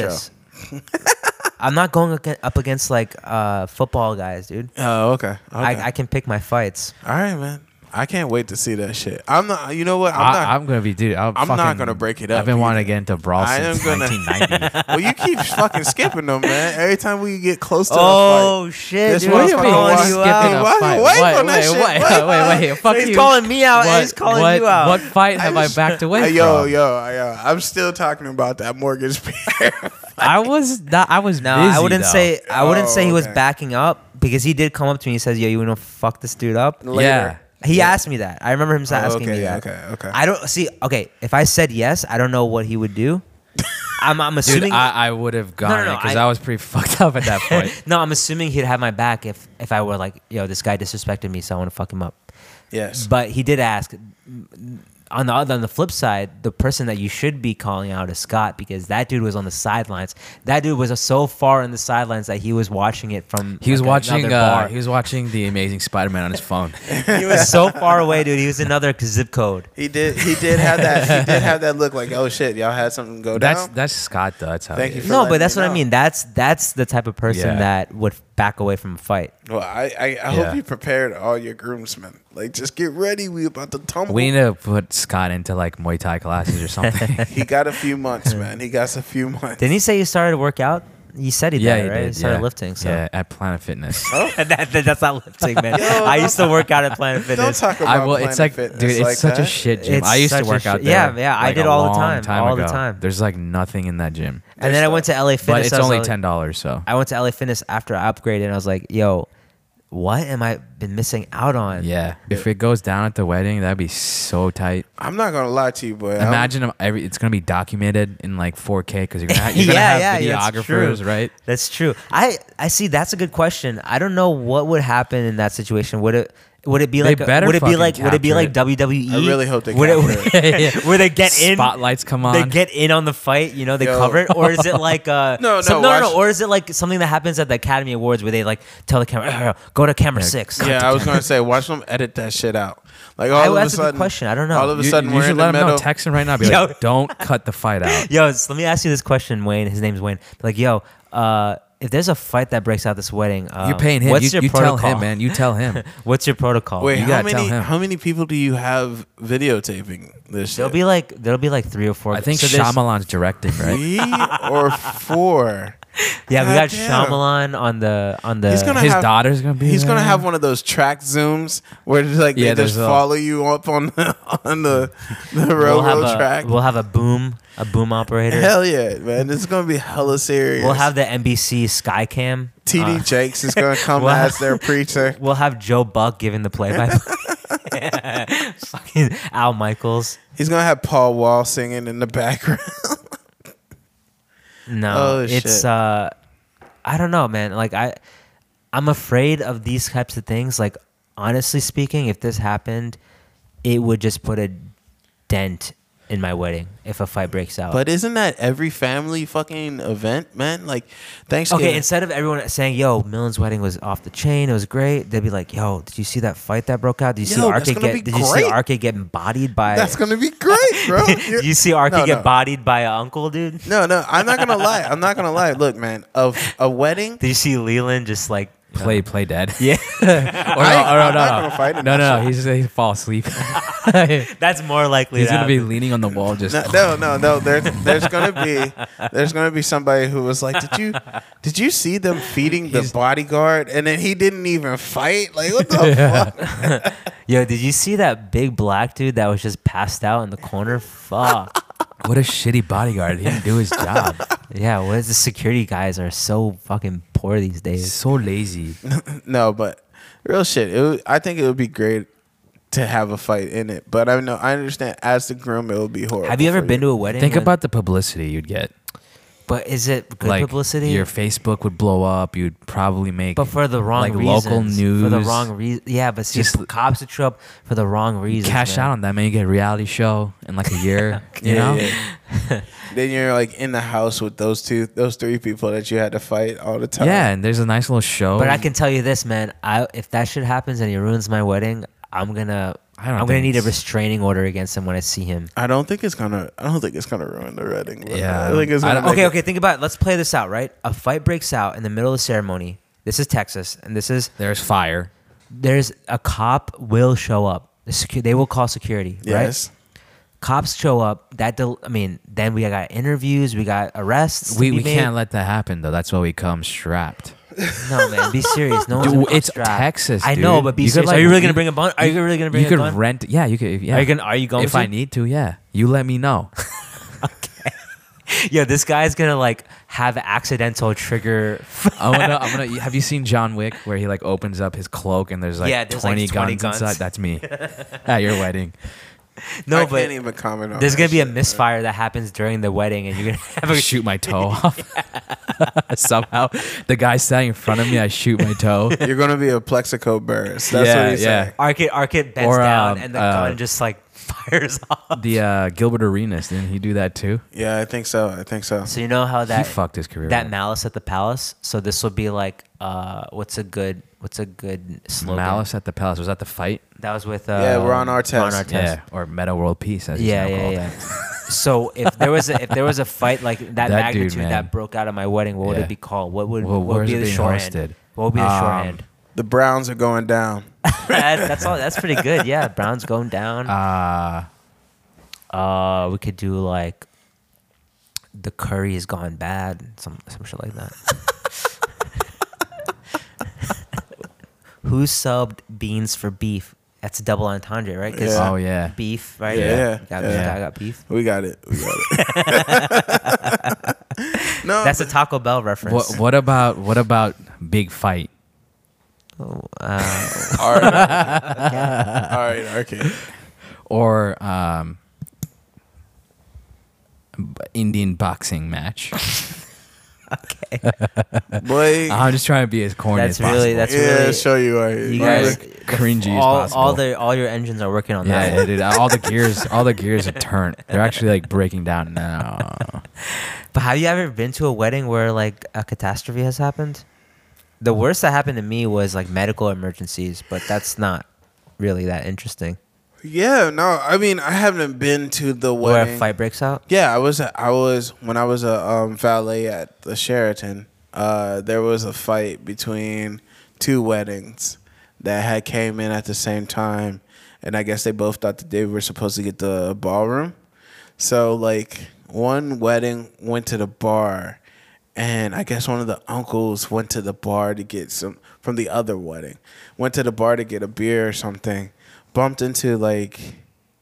Speaker 2: this? I'm not going aga- up against like uh, football guys, dude.
Speaker 4: Oh, okay. okay.
Speaker 2: I, I can pick my fights.
Speaker 4: All right, man. I can't wait to see that shit. I'm not. You know what? I'm not.
Speaker 3: I, I'm gonna be dude. i
Speaker 4: I'm not gonna break it up
Speaker 3: I've been wanting to
Speaker 4: either.
Speaker 3: get into brawl
Speaker 4: I
Speaker 3: since
Speaker 4: am gonna-
Speaker 3: 1990.
Speaker 4: well, you keep fucking skipping them, man. Every time we get close to
Speaker 2: Oh,
Speaker 4: a fight.
Speaker 2: shit!
Speaker 4: This one's
Speaker 3: What do you
Speaker 4: calling
Speaker 3: mean?
Speaker 4: you
Speaker 3: Skipping
Speaker 4: out.
Speaker 3: a
Speaker 4: Why-
Speaker 3: fight.
Speaker 4: why
Speaker 3: Wait,
Speaker 4: on that
Speaker 3: wait,
Speaker 4: shit?
Speaker 3: wait,
Speaker 4: Why-
Speaker 3: wait, wait, Fuck
Speaker 2: he's
Speaker 3: you.
Speaker 2: calling me out and he's calling
Speaker 3: what,
Speaker 2: you out.
Speaker 3: What fight have I,
Speaker 4: just-
Speaker 3: backed away
Speaker 4: Uh, yo,
Speaker 3: from?
Speaker 4: yo, yo! I'm still talking about that mortgage pair.
Speaker 3: I was not. I was
Speaker 2: No, I
Speaker 3: busy,
Speaker 2: wouldn't
Speaker 3: though.
Speaker 2: say. I wouldn't say he was
Speaker 4: Oh, okay.
Speaker 2: backing up because he did come up to me. He says, "Yo, you wanna fuck this dude up?"
Speaker 4: Later.
Speaker 3: Yeah.
Speaker 2: He asked me that. I remember him
Speaker 4: Oh,
Speaker 2: asking
Speaker 4: okay,
Speaker 2: me that.
Speaker 4: okay, okay.
Speaker 2: I don't see. Okay, if I said yes, I don't know what he would do. I'm, I'm
Speaker 3: Dude,
Speaker 2: assuming.
Speaker 3: I, I would have gone
Speaker 2: no,
Speaker 3: because
Speaker 2: I-
Speaker 3: I, was pretty fucked up at that point.
Speaker 2: no, I'm assuming he'd have my back if if I were like, yo, this guy disrespected me, so I want to fuck him up.
Speaker 4: yes.
Speaker 2: But he did ask. On the other, on the flip side, the person that you should be calling out is Scott because that dude was on the sidelines. That dude was so far in the sidelines that he was watching it from.
Speaker 3: He was
Speaker 2: like,
Speaker 3: watching.
Speaker 2: another
Speaker 3: Uh,
Speaker 2: bar.
Speaker 3: he was watching the Amazing Spider-Man on his phone.
Speaker 2: he was so far away, dude. He was another zip code.
Speaker 4: He did. He did have that. He did have that look like, oh shit, y'all had something go
Speaker 3: that's
Speaker 4: down.
Speaker 3: that's Scott. Though. That's how.
Speaker 4: Thank
Speaker 3: it
Speaker 4: you
Speaker 3: is.
Speaker 4: for
Speaker 2: No,
Speaker 4: letting
Speaker 2: but that's
Speaker 4: me
Speaker 2: what I
Speaker 4: know.
Speaker 2: mean. That's that's the type of person
Speaker 3: Yeah.
Speaker 2: that would back away from a fight.
Speaker 4: Well, I I, I
Speaker 3: Yeah.
Speaker 4: hope you prepared all your groomsmen. Like, just get ready. We about to tumble.
Speaker 3: We need to put Scott into like Muay Thai classes or something.
Speaker 4: he got a few months, man. He got a few months.
Speaker 2: Didn't he say he started to work out? He said he
Speaker 3: yeah,
Speaker 2: did,
Speaker 3: he
Speaker 2: right?
Speaker 3: did.
Speaker 2: He started
Speaker 3: yeah.
Speaker 2: lifting. So.
Speaker 3: Yeah, at Planet Fitness.
Speaker 2: that, that- that's not lifting, man. I used to work out at Planet
Speaker 4: Don't
Speaker 2: Fitness.
Speaker 4: talk about
Speaker 3: I will.
Speaker 4: Planet
Speaker 3: It's like,
Speaker 4: Fitness
Speaker 3: dude, it's
Speaker 4: like
Speaker 3: such a
Speaker 4: that.
Speaker 3: shit gym.
Speaker 2: It's
Speaker 3: I used to
Speaker 2: such a
Speaker 3: work out
Speaker 2: shit-
Speaker 3: there.
Speaker 2: yeah, yeah, I
Speaker 3: like,
Speaker 2: did
Speaker 3: a
Speaker 2: all the
Speaker 3: long
Speaker 2: time, all the
Speaker 3: ago.
Speaker 2: time.
Speaker 3: There's like nothing in that gym,
Speaker 2: and then I went to LA Fitness.
Speaker 3: but it's
Speaker 2: I was
Speaker 3: only
Speaker 2: like-
Speaker 3: ten dollars. So
Speaker 2: I went to LA Fitness after I upgraded, and I was like, "Yo, what am I been missing out on?"
Speaker 3: yeah, if it goes down at the wedding, that'd be so tight.
Speaker 4: I'm not gonna lie to you, boy. I'm-
Speaker 3: Imagine if every it's gonna be documented in like 4K because you're gonna, ha- you're gonna
Speaker 2: Yeah,
Speaker 3: have
Speaker 2: yeah, that's
Speaker 3: videographers,
Speaker 2: true.
Speaker 3: right?
Speaker 2: That's true. I I see. That's a good question. I don't know what would happen in that situation. Would it would it be
Speaker 3: They
Speaker 2: like a-
Speaker 3: better
Speaker 2: would it be
Speaker 3: fucking
Speaker 2: like would it be
Speaker 3: capture it.
Speaker 2: like WWE?
Speaker 4: I really hope they
Speaker 2: would
Speaker 4: capture
Speaker 2: it. Would they get in?
Speaker 3: Spotlights come on.
Speaker 2: They get in on the fight, you know. They
Speaker 4: Yo.
Speaker 2: cover it, or is it like uh,
Speaker 4: No, no,
Speaker 2: some- no, no,
Speaker 4: watch-
Speaker 2: or is it like something that happens at the Academy Awards where they like tell the camera, "Arr, "Go to camera
Speaker 3: Yeah.
Speaker 2: six.
Speaker 4: Yeah, I was gonna say, watch them edit that shit out. Like all
Speaker 2: I-
Speaker 4: of
Speaker 2: that's
Speaker 4: a
Speaker 2: a good
Speaker 4: sudden,
Speaker 2: question. I don't know.
Speaker 4: All of a
Speaker 3: You-
Speaker 4: sudden,
Speaker 3: you,
Speaker 4: we're
Speaker 3: should
Speaker 4: in
Speaker 3: let
Speaker 4: the
Speaker 3: them know.
Speaker 4: middle.
Speaker 3: Text him right now. Be
Speaker 2: Yo.
Speaker 3: like, don't cut the fight out.
Speaker 2: Yo, s- let me ask you this question, Wayne. His name's Wayne. Like, yo, uh, if there's a fight that breaks out this wedding, uh,
Speaker 3: You're paying him.
Speaker 2: What's
Speaker 3: you
Speaker 2: your
Speaker 3: you tell
Speaker 2: protocol?
Speaker 3: him, man. You tell him.
Speaker 2: What's your protocol?
Speaker 4: Wait,
Speaker 3: You
Speaker 4: how
Speaker 3: gotta tell
Speaker 4: many
Speaker 3: him.
Speaker 4: how many people do you have videotaping this?
Speaker 2: there'll
Speaker 4: Shit?
Speaker 2: be like there'll be like three or four.
Speaker 3: I think
Speaker 2: so there's-
Speaker 3: Shyamalan's directing, right?
Speaker 4: three or four.
Speaker 2: Yeah, we got
Speaker 4: Goddamn.
Speaker 2: Shyamalan on the on the.
Speaker 4: He's gonna
Speaker 3: His
Speaker 4: have-
Speaker 3: daughter's gonna be.
Speaker 4: He's gonna
Speaker 3: there.
Speaker 4: have one of those track zooms where it's like
Speaker 3: Yeah,
Speaker 4: they just
Speaker 3: there's a-
Speaker 4: follow you up on the on the, the
Speaker 2: we'll
Speaker 4: railroad
Speaker 2: have a
Speaker 4: track.
Speaker 2: we'll have a boom a boom operator.
Speaker 4: Hell yeah, man! This is gonna be hella serious.
Speaker 2: We'll have the NBC Skycam.
Speaker 4: TD
Speaker 2: Uh,
Speaker 4: Jakes is gonna come
Speaker 2: we'll
Speaker 4: as
Speaker 2: have-
Speaker 4: their preacher.
Speaker 2: we'll have Joe Buck giving the play by. Fucking Al Michaels.
Speaker 4: He's gonna have Paul Wall singing in the background.
Speaker 2: No,
Speaker 4: Oh,
Speaker 2: it's
Speaker 4: shit.
Speaker 2: uh, I don't know, man. Like I, I'm afraid of these types of things. Like honestly speaking, if this happened, it would just put a dent in my wedding if a fight breaks out.
Speaker 4: But isn't that every family fucking event, man? Like Thanksgiving.
Speaker 2: okay, instead of everyone saying, "Yo, Millen's wedding was off the chain, it was great," they'd be like, "Yo, did you see that fight that broke out? Did you
Speaker 4: Yo,
Speaker 2: see
Speaker 4: that's
Speaker 2: Arcade
Speaker 4: gonna
Speaker 2: get?
Speaker 4: be
Speaker 2: Did you see
Speaker 4: great."
Speaker 2: Arcade getting bodied by?
Speaker 4: that's gonna be great, bro. You're-
Speaker 2: did you see Arcade
Speaker 4: No,
Speaker 2: get
Speaker 4: no.
Speaker 2: bodied by an uncle, dude?
Speaker 4: No, no, I'm not gonna lie. I'm not gonna lie. Look, man, of a wedding.
Speaker 2: Did you see Leland just like?
Speaker 3: Play, play dead.
Speaker 2: Yeah,
Speaker 3: or
Speaker 2: Oh,
Speaker 3: no, or
Speaker 4: I-
Speaker 3: no,
Speaker 4: I'm not
Speaker 3: no.
Speaker 4: gonna fight in
Speaker 3: no,
Speaker 4: that
Speaker 3: no, no. He's he's fall asleep.
Speaker 2: that's more likely.
Speaker 3: he's
Speaker 2: to
Speaker 3: gonna be
Speaker 2: happen.
Speaker 3: leaning on the wall, just
Speaker 4: No, no, no, no. There's there's gonna be there's gonna be somebody who was like, did you did you see them feeding the bodyguard? And then he didn't even fight. Like what the fuck?
Speaker 2: Yo, did you see that big black dude that was just passed out in the corner? Fuck.
Speaker 3: what a shitty bodyguard. He didn't do his job.
Speaker 2: yeah, what is the security guys are so fucking poor these
Speaker 3: He's
Speaker 2: days.
Speaker 3: so lazy.
Speaker 4: No, but real shit. It would, I think it would be great to have a fight in it. But I know I understand as the groom it would be horrible.
Speaker 2: Have you ever
Speaker 4: for
Speaker 2: been to a wedding?
Speaker 3: Think
Speaker 2: when-
Speaker 3: about the publicity you'd get.
Speaker 2: but is it good
Speaker 3: like
Speaker 2: publicity?
Speaker 3: Your Facebook would blow up. You'd probably make,
Speaker 2: But for the wrong
Speaker 3: like
Speaker 2: reasons.
Speaker 3: local news
Speaker 2: For the wrong reason. Yeah, but see,
Speaker 3: Just-
Speaker 2: p- cops would show up for the wrong reason.
Speaker 3: cash out on that, man. You get a reality show in like a year. you know,
Speaker 4: Yeah, yeah. then you're like in the house with those two, those three people that you had to fight all the time.
Speaker 3: yeah. And there's a nice little show.
Speaker 2: But I can tell you this, man. I, if that shit happens and he ruins my wedding, I'm gonna.
Speaker 3: I don't
Speaker 2: I'm gonna
Speaker 3: think
Speaker 2: need a
Speaker 3: it's-
Speaker 2: restraining order against him when I see him.
Speaker 4: I don't think it's gonna. I don't think it's gonna ruin the wedding. but
Speaker 3: Yeah,
Speaker 4: I think it's
Speaker 3: I
Speaker 4: gonna
Speaker 3: don't-
Speaker 4: make
Speaker 2: Okay,
Speaker 4: it-
Speaker 2: okay. Think about. It. Let's play this out. Right, a fight breaks out in the middle of the ceremony. This is Texas, and this is
Speaker 3: There's fire.
Speaker 2: there's a cop will show up. The secu- they will call security.
Speaker 4: Yes.
Speaker 2: Right? Cops show up. That del- I mean, then we got interviews. We got arrests. to
Speaker 3: We
Speaker 2: be
Speaker 3: we
Speaker 2: made.
Speaker 3: can't let that happen though. That's why we come strapped.
Speaker 2: No man, be serious. No one's
Speaker 3: Dude,
Speaker 2: gonna
Speaker 3: it's
Speaker 2: strap.
Speaker 3: Texas,
Speaker 2: I know,
Speaker 3: dude.
Speaker 2: but be
Speaker 3: You could,
Speaker 2: serious.
Speaker 3: like,
Speaker 2: are you really
Speaker 3: you-
Speaker 2: gonna bring a bun? Are you really gonna bring
Speaker 3: you
Speaker 2: a
Speaker 3: could
Speaker 2: gun?
Speaker 3: rent. Yeah, you could. Yeah.
Speaker 2: Are you gonna? Are you going?
Speaker 3: if
Speaker 2: to?
Speaker 3: I need to, yeah. You let me know.
Speaker 2: yeah, this guy's gonna like have accidental trigger.
Speaker 3: I'm gonna, I'm gonna. Have you seen John Wick where he like opens up his cloak and there's like
Speaker 2: Yeah, there's, like,
Speaker 3: 20,
Speaker 2: 20
Speaker 3: guns,
Speaker 2: guns.
Speaker 3: inside? That's me at your wedding.
Speaker 2: No,
Speaker 4: I
Speaker 2: but
Speaker 4: can't even comment on.
Speaker 2: there's
Speaker 4: that
Speaker 2: gonna be a
Speaker 4: shit.
Speaker 2: misfire that happens during the wedding, and you're gonna have
Speaker 3: I
Speaker 2: a
Speaker 3: shoot my toe off. Somehow the guy standing in front of me, I shoot my toe.
Speaker 4: You're gonna be a plexico burst. That's
Speaker 3: Yeah,
Speaker 4: what he's
Speaker 3: yeah.
Speaker 4: saying.
Speaker 2: Arcade Arcade bends
Speaker 3: Or,
Speaker 2: down,
Speaker 3: um,
Speaker 2: and the
Speaker 3: uh,
Speaker 2: gun just like fires off.
Speaker 3: The uh, Gilbert Arenas didn't he do that too?
Speaker 4: Yeah, I think so. I think so.
Speaker 2: So you know how that
Speaker 3: he fucked his career.
Speaker 2: that
Speaker 3: up.
Speaker 2: malice at the palace. So this will be like, uh, what's a good what's a good slogan?
Speaker 3: Malice at the Palace was that the fight?
Speaker 2: That was with uh,
Speaker 4: Yeah, Ron Artest.
Speaker 2: Ron Artest.
Speaker 3: Yeah, or Meta World Peace as
Speaker 2: yeah,
Speaker 3: yeah,
Speaker 2: yeah,
Speaker 3: called.
Speaker 2: yeah. so if there was a, if there was a fight like that,
Speaker 3: That dude,
Speaker 2: magnitude
Speaker 3: man.
Speaker 2: that broke out at my wedding, what would
Speaker 3: Yeah.
Speaker 2: it be called? What would
Speaker 3: Well,
Speaker 2: what would
Speaker 3: where's
Speaker 2: be
Speaker 3: it
Speaker 2: the
Speaker 3: being
Speaker 2: shorthand?
Speaker 3: hosted?
Speaker 2: What would be the
Speaker 3: Um,
Speaker 2: shorthand?
Speaker 4: The Browns are going down.
Speaker 2: that, that's all. That's pretty good. Yeah, Browns going down.
Speaker 3: Uh,
Speaker 2: Uh, we could do like the curry has gone bad, some some shit like that. Who subbed beans for beef? That's a double entendre, right? 'Cause
Speaker 4: Yeah.
Speaker 3: Oh yeah.
Speaker 2: beef, right?
Speaker 4: Yeah. Yeah.
Speaker 2: Got,
Speaker 4: Yeah.
Speaker 2: Got, got beef.
Speaker 4: We got it. We got it. no,
Speaker 2: That's a
Speaker 4: but
Speaker 2: Taco Bell reference.
Speaker 3: What what about what about big fight?
Speaker 2: Oh, uh,
Speaker 4: all right. all right, okay.
Speaker 3: or um, b- Indian boxing match.
Speaker 4: Boy,
Speaker 3: I'm just trying to be as corny as
Speaker 2: that's really
Speaker 3: possible.
Speaker 2: that's
Speaker 4: yeah,
Speaker 2: really.
Speaker 4: show you are.
Speaker 2: you
Speaker 3: Or as
Speaker 2: guys,
Speaker 3: cringy as
Speaker 2: all
Speaker 3: possible.
Speaker 2: all the all your engines are working on that.
Speaker 3: yeah,
Speaker 2: one.
Speaker 3: it, is. all the gears, all the gears are turned. They're actually like breaking down now.
Speaker 2: But have you ever been to a wedding where like a catastrophe has happened? The worst that happened to me was like medical emergencies, but that's not really that interesting.
Speaker 4: yeah, no. I mean, I haven't been to the
Speaker 2: Where
Speaker 4: wedding.
Speaker 2: a fight breaks out.
Speaker 4: Yeah, I was I was when I was a um, valet at the Sheraton. Uh, there was a fight between two weddings that had came in at the same time, and I guess they both thought that they were supposed to get the ballroom. So like one wedding went to the bar, and I guess one of the uncles went to the bar to get some from the other wedding. Went to the bar to get a beer or something. Bumped into like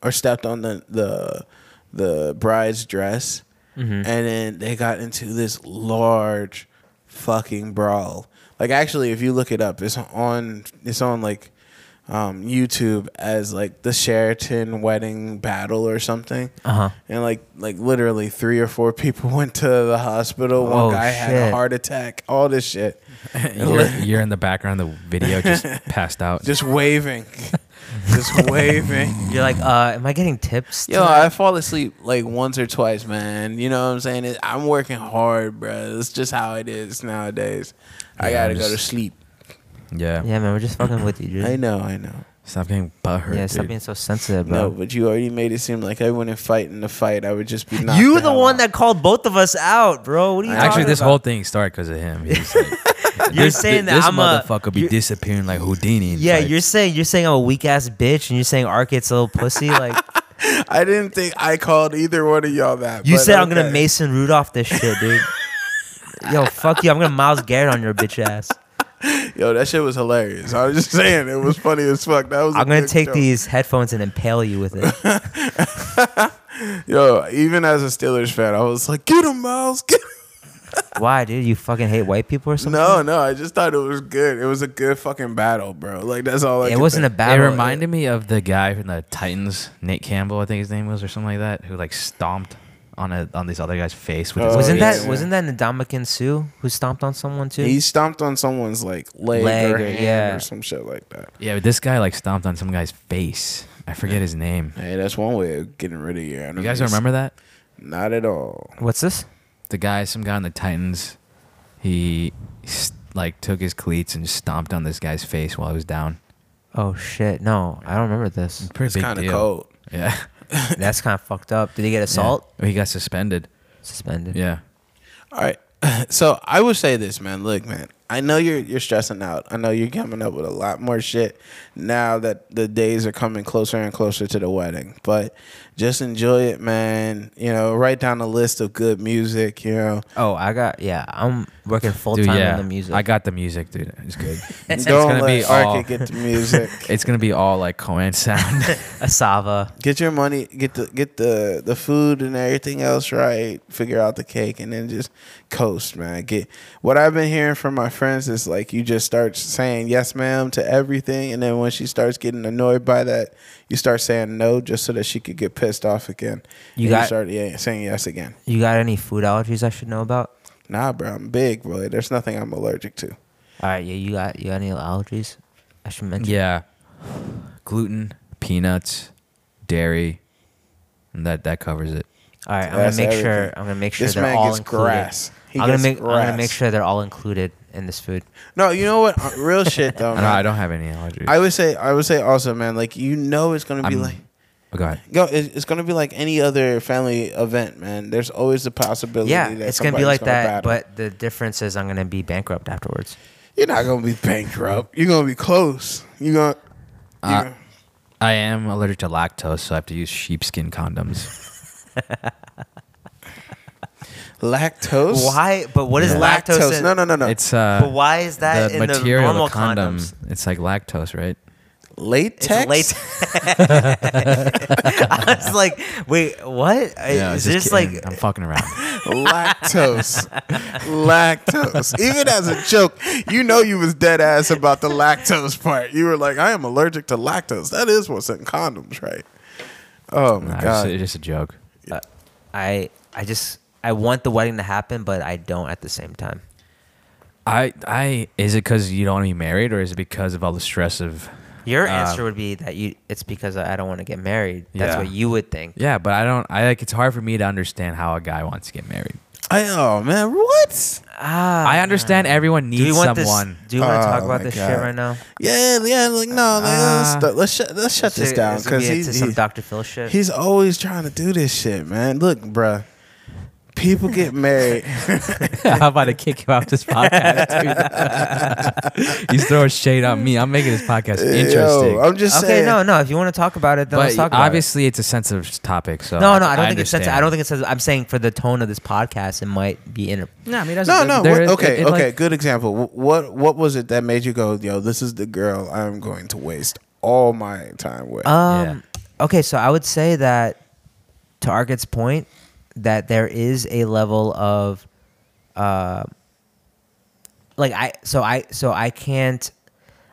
Speaker 4: or stepped on the the the bride's dress, and
Speaker 2: Mm-hmm.
Speaker 4: then they got into this large fucking brawl. Like actually, if you look it up, it's on it's on like um, YouTube as like the Sheraton wedding battle or something.
Speaker 2: Uh huh.
Speaker 4: And like like literally three or four people went to the hospital. One
Speaker 2: Oh,
Speaker 4: guy had a
Speaker 2: shit.
Speaker 4: heart attack. All this shit,
Speaker 3: you're, you're in the background of the video, just passed out.
Speaker 4: just waving. just waving.
Speaker 2: You're like, uh, am I getting tips?
Speaker 4: Yo,
Speaker 2: tonight?
Speaker 4: I fall asleep like once or twice, man. You know what I'm saying? It, I'm working hard, bro. It's just how it is nowadays. I
Speaker 3: Yeah,
Speaker 4: gotta
Speaker 3: I'm
Speaker 4: go to
Speaker 3: just-
Speaker 4: sleep.
Speaker 3: Yeah.
Speaker 2: yeah, man, we're just fucking with you, dude.
Speaker 4: I know, I know.
Speaker 3: Stop getting butthurt.
Speaker 2: yeah, stop
Speaker 3: dude.
Speaker 2: being so sensitive, bro.
Speaker 4: No, but you already made it seem like I wouldn't fight in the fight. I would just be knocked
Speaker 2: you
Speaker 4: the,
Speaker 2: the
Speaker 4: hell
Speaker 2: one
Speaker 4: out.
Speaker 2: that called both of us out, bro. What are you
Speaker 3: Actually,
Speaker 2: talking
Speaker 3: this
Speaker 2: about?
Speaker 3: whole thing started because of him. He's like,
Speaker 2: You're
Speaker 3: this,
Speaker 2: saying that
Speaker 3: this
Speaker 2: I'm a-
Speaker 3: motherfucker be
Speaker 2: you're-
Speaker 3: disappearing like Houdini. It's
Speaker 2: Yeah,
Speaker 3: like,
Speaker 2: you're saying you're saying I'm a weak ass bitch, and you're saying Arkit's a little pussy. Like
Speaker 4: I didn't think I called either one of y'all that.
Speaker 2: you
Speaker 4: but
Speaker 2: said, I'm gonna
Speaker 4: okay.
Speaker 2: Mason Rudolph this shit, dude. Yo, fuck you. I'm gonna Miles Garrett on your bitch ass.
Speaker 4: Yo, that shit was hilarious. I was just saying it was funny as fuck. That was. a
Speaker 2: I'm gonna
Speaker 4: good
Speaker 2: take
Speaker 4: joke.
Speaker 2: these headphones and impale you with it.
Speaker 4: Yo, even as a Steelers fan, I was like, "Get him, Miles!" Get him.
Speaker 2: Why, dude? You fucking hate white people or something?
Speaker 4: No, no, I just thought it was good. It was a good fucking battle, bro. Like that's all. I
Speaker 2: it
Speaker 4: could
Speaker 2: wasn't a
Speaker 4: think.
Speaker 3: It
Speaker 2: battle.
Speaker 3: reminded me of the guy from the Titans, Nate Campbell, I think his name was, or something like that, who like stomped on a on this other guy's face with his
Speaker 4: Oh,
Speaker 2: wasn't
Speaker 4: yeah,
Speaker 2: that
Speaker 4: yeah.
Speaker 2: wasn't that Ndamukong Sue who stomped on someone too?
Speaker 4: He stomped on someone's like leg,
Speaker 2: Leg
Speaker 4: or,
Speaker 2: or-
Speaker 4: hand
Speaker 2: yeah.
Speaker 4: or some shit like that.
Speaker 3: Yeah, but this guy like stomped on some guy's face. I forget his name.
Speaker 4: Hey, that's one way of getting rid of your enemies.
Speaker 3: You guys don't remember that?
Speaker 4: Not at all.
Speaker 2: What's this?
Speaker 3: The guy, some guy on the Titans, he s- like took his cleats and stomped on this guy's face while he was down.
Speaker 2: Oh shit! No, I don't remember this.
Speaker 3: Pretty
Speaker 4: It's
Speaker 3: big
Speaker 4: kind of
Speaker 3: deal.
Speaker 4: cold.
Speaker 3: Yeah.
Speaker 2: That's kind of fucked up. Did he get assault?
Speaker 3: Yeah. He got suspended.
Speaker 2: Suspended.
Speaker 3: Yeah.
Speaker 4: All right. So I would say this, man. Look, man. I know you're you're stressing out. I know you're coming up with a lot more shit now that the days are coming closer and closer to the wedding. But just enjoy it, man. You know, write down a list of good music. You know,
Speaker 2: Oh, I got yeah. I'm working full
Speaker 3: Dude,
Speaker 2: time
Speaker 3: yeah.
Speaker 2: on the music.
Speaker 3: I got the music, dude. It's good. it's
Speaker 4: don't
Speaker 3: gonna
Speaker 4: let
Speaker 3: be all.
Speaker 4: Arca get the music.
Speaker 3: It's gonna be all like Cohen sound.
Speaker 2: Asava.
Speaker 4: get your money. Get the get the the food and everything else right. Figure out the cake and then just coast, man. Get what I've been hearing from my friends is like you just start saying yes, ma'am, to everything, and then when she starts getting annoyed by that, you start saying no just so that she could get pissed off again.
Speaker 2: You
Speaker 4: And
Speaker 2: got-
Speaker 4: start yeah, saying yes again.
Speaker 2: You got any food allergies I should know about?
Speaker 4: Nah, bro, I'm big, boy. There's nothing I'm allergic to.
Speaker 2: All right, yeah. You got you got any allergies? I should mention.
Speaker 3: yeah. Gluten, peanuts, dairy, and that that covers it.
Speaker 2: All right, I'm
Speaker 4: That's
Speaker 2: gonna make sure.
Speaker 4: everything.
Speaker 2: I'm gonna make sure
Speaker 4: This
Speaker 2: they're
Speaker 4: man
Speaker 2: all
Speaker 4: gets
Speaker 2: included.
Speaker 4: grass. He
Speaker 2: I'm gonna
Speaker 4: gets
Speaker 2: make. I'm gonna
Speaker 4: grass.
Speaker 2: make sure they're all included in this food.
Speaker 4: No, you know what? Uh, Real shit though.
Speaker 3: no,
Speaker 4: man.
Speaker 3: I don't have any allergies.
Speaker 4: I would say I would say also, man. Like you know, it's gonna be
Speaker 3: I'm-
Speaker 4: like.
Speaker 3: oh, go ahead.
Speaker 4: Go. It's, it's gonna be like any other family event, man. There's always the possibility.
Speaker 2: Yeah,
Speaker 4: that
Speaker 2: it's gonna be
Speaker 4: somebody's
Speaker 2: like
Speaker 4: gonna
Speaker 2: that.
Speaker 4: battle.
Speaker 2: But the difference is, I'm gonna be bankrupt afterwards.
Speaker 4: you're not gonna be bankrupt. You're gonna be close. You're gonna. you're
Speaker 3: Uh,
Speaker 4: gonna-
Speaker 3: I am allergic to lactose, so I have to use sheepskin condoms.
Speaker 4: lactose.
Speaker 2: Why? But what is lactose? in-
Speaker 4: No, no, no, no.
Speaker 3: It's uh.
Speaker 2: But why is that
Speaker 3: the
Speaker 2: in
Speaker 3: material
Speaker 2: the normal
Speaker 3: the condom?
Speaker 2: condoms?
Speaker 3: It's like lactose, right?
Speaker 4: latex.
Speaker 2: It's late. I was like, wait, what?
Speaker 3: just
Speaker 2: is this
Speaker 3: kidding.
Speaker 2: like?
Speaker 3: I'm fucking around.
Speaker 4: lactose. lactose. Even as a joke, you know you was dead ass about the lactose part. You were like, I am allergic to lactose. That is what's in condoms, right? Oh my
Speaker 3: Nah, it's, just,
Speaker 4: god.
Speaker 3: it's just a joke.
Speaker 2: uh, I I just I want the wedding to happen, but I don't at the same time.
Speaker 3: I I is it because you don't want to be married, or is it because of all the stress of?
Speaker 2: Your
Speaker 3: Uh,
Speaker 2: answer would be that you. It's because I don't want to get married. That's
Speaker 3: Yeah.
Speaker 2: what you would think.
Speaker 3: Yeah, but I don't. I like. It's hard for me to understand how a guy wants to get married.
Speaker 4: I, oh man, what?
Speaker 2: Ah,
Speaker 3: I understand everyone
Speaker 2: Do we
Speaker 3: needs
Speaker 2: want
Speaker 3: someone.
Speaker 2: this? Do you want to talk
Speaker 4: Oh
Speaker 2: about
Speaker 4: my
Speaker 2: this shit
Speaker 4: God.
Speaker 2: right now?
Speaker 4: Yeah, yeah, like no, like, let's,
Speaker 3: Uh,
Speaker 4: st- let's shut let's shut this
Speaker 2: Shit,
Speaker 4: down
Speaker 2: it's gonna
Speaker 4: because
Speaker 2: be into some
Speaker 4: he's
Speaker 2: Dr. Phil shit.
Speaker 4: he's always trying to do this shit, man. Look, bruh, people get married.
Speaker 3: I'm about to kick him off this podcast. dude. He's throwing shade on me. I'm making this podcast interesting.
Speaker 4: Yo, I'm just
Speaker 2: okay,
Speaker 4: saying.
Speaker 2: no, no. If you want to talk about it, then let's
Speaker 3: but
Speaker 2: talk about it.
Speaker 3: obviously, it's a sensitive topic. So
Speaker 2: No, no, I don't think it's sensitive.
Speaker 3: understand.
Speaker 2: I don't think it's sensitive. I'm saying for the tone of this podcast, it might be in.
Speaker 3: No, I mean, that's-
Speaker 4: No, no.
Speaker 3: there
Speaker 4: what-
Speaker 3: is-
Speaker 4: okay,
Speaker 3: it- it,
Speaker 4: okay.
Speaker 3: like-
Speaker 4: good example. Wh- What what was it that made you go, yo? This is the girl I'm going to waste all my time with.
Speaker 3: Uh,
Speaker 2: Um, Okay, so I would say that to Arcad's point, that there is a level of, uh, like I so I so I can't.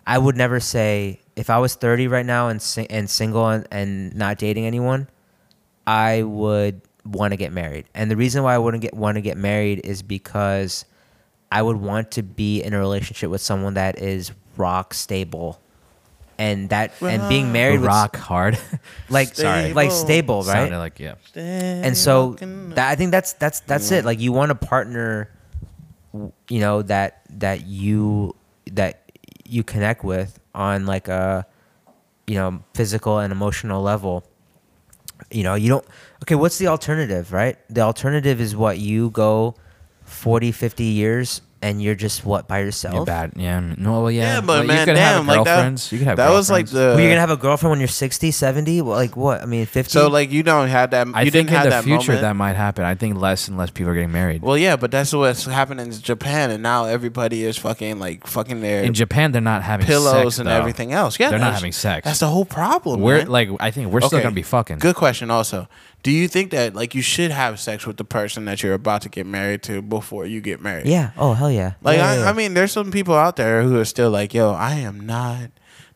Speaker 2: I would never say if I was 30 right now and sing, and single and, and not dating anyone, I would want to get married. And the reason why I wouldn't get want to get married is because I would want to be in a relationship with someone that is rock stable and that and being married was
Speaker 3: rock hard.
Speaker 2: like
Speaker 4: Sorry.
Speaker 2: like stable, right?
Speaker 3: Sounded like yeah.
Speaker 2: and so that, I think that's that's that's it. Like you want a partner, w- you know that that you that you connect with on like a you know physical and emotional level. You know you don't. Okay, what's the alternative, right? The alternative is what you go 40, 50 years and you're just what by yourself.
Speaker 3: You're bad. Yeah. No. Well, yeah.
Speaker 4: Yeah, but
Speaker 3: well, you
Speaker 4: man,
Speaker 3: could have
Speaker 4: damn, like
Speaker 3: girlfriends.
Speaker 4: that.
Speaker 3: you could have
Speaker 4: that was like
Speaker 3: girlfriends.
Speaker 4: the.
Speaker 2: Well, you're gonna have a girlfriend when you're 60, 70? Well, like what? I mean, 50.
Speaker 4: so like you don't have that. You
Speaker 3: I
Speaker 4: didn't
Speaker 3: think in
Speaker 4: have
Speaker 3: the
Speaker 4: that
Speaker 3: future
Speaker 4: moment.
Speaker 3: that might happen. I think less and less people are getting married.
Speaker 4: Well, yeah, but that's what's happening in Japan, and now everybody is fucking like fucking their
Speaker 3: in Japan, they're not having
Speaker 4: pillows
Speaker 3: sex,
Speaker 4: and
Speaker 3: though.
Speaker 4: everything else. Yeah,
Speaker 3: They're not
Speaker 4: that's-
Speaker 3: having sex.
Speaker 4: That's the whole problem.
Speaker 3: We're
Speaker 4: man.
Speaker 3: like, I think we're still
Speaker 4: Okay,
Speaker 3: gonna be fucking.
Speaker 4: Good question. Also, do you think that like you should have sex with the person that you're about to get married to before you get married?
Speaker 2: yeah. Oh, hell yeah.
Speaker 4: Like
Speaker 2: Yeah,
Speaker 4: I,
Speaker 2: yeah, yeah.
Speaker 4: I mean, there's some people out there who are still like, "Yo, I am not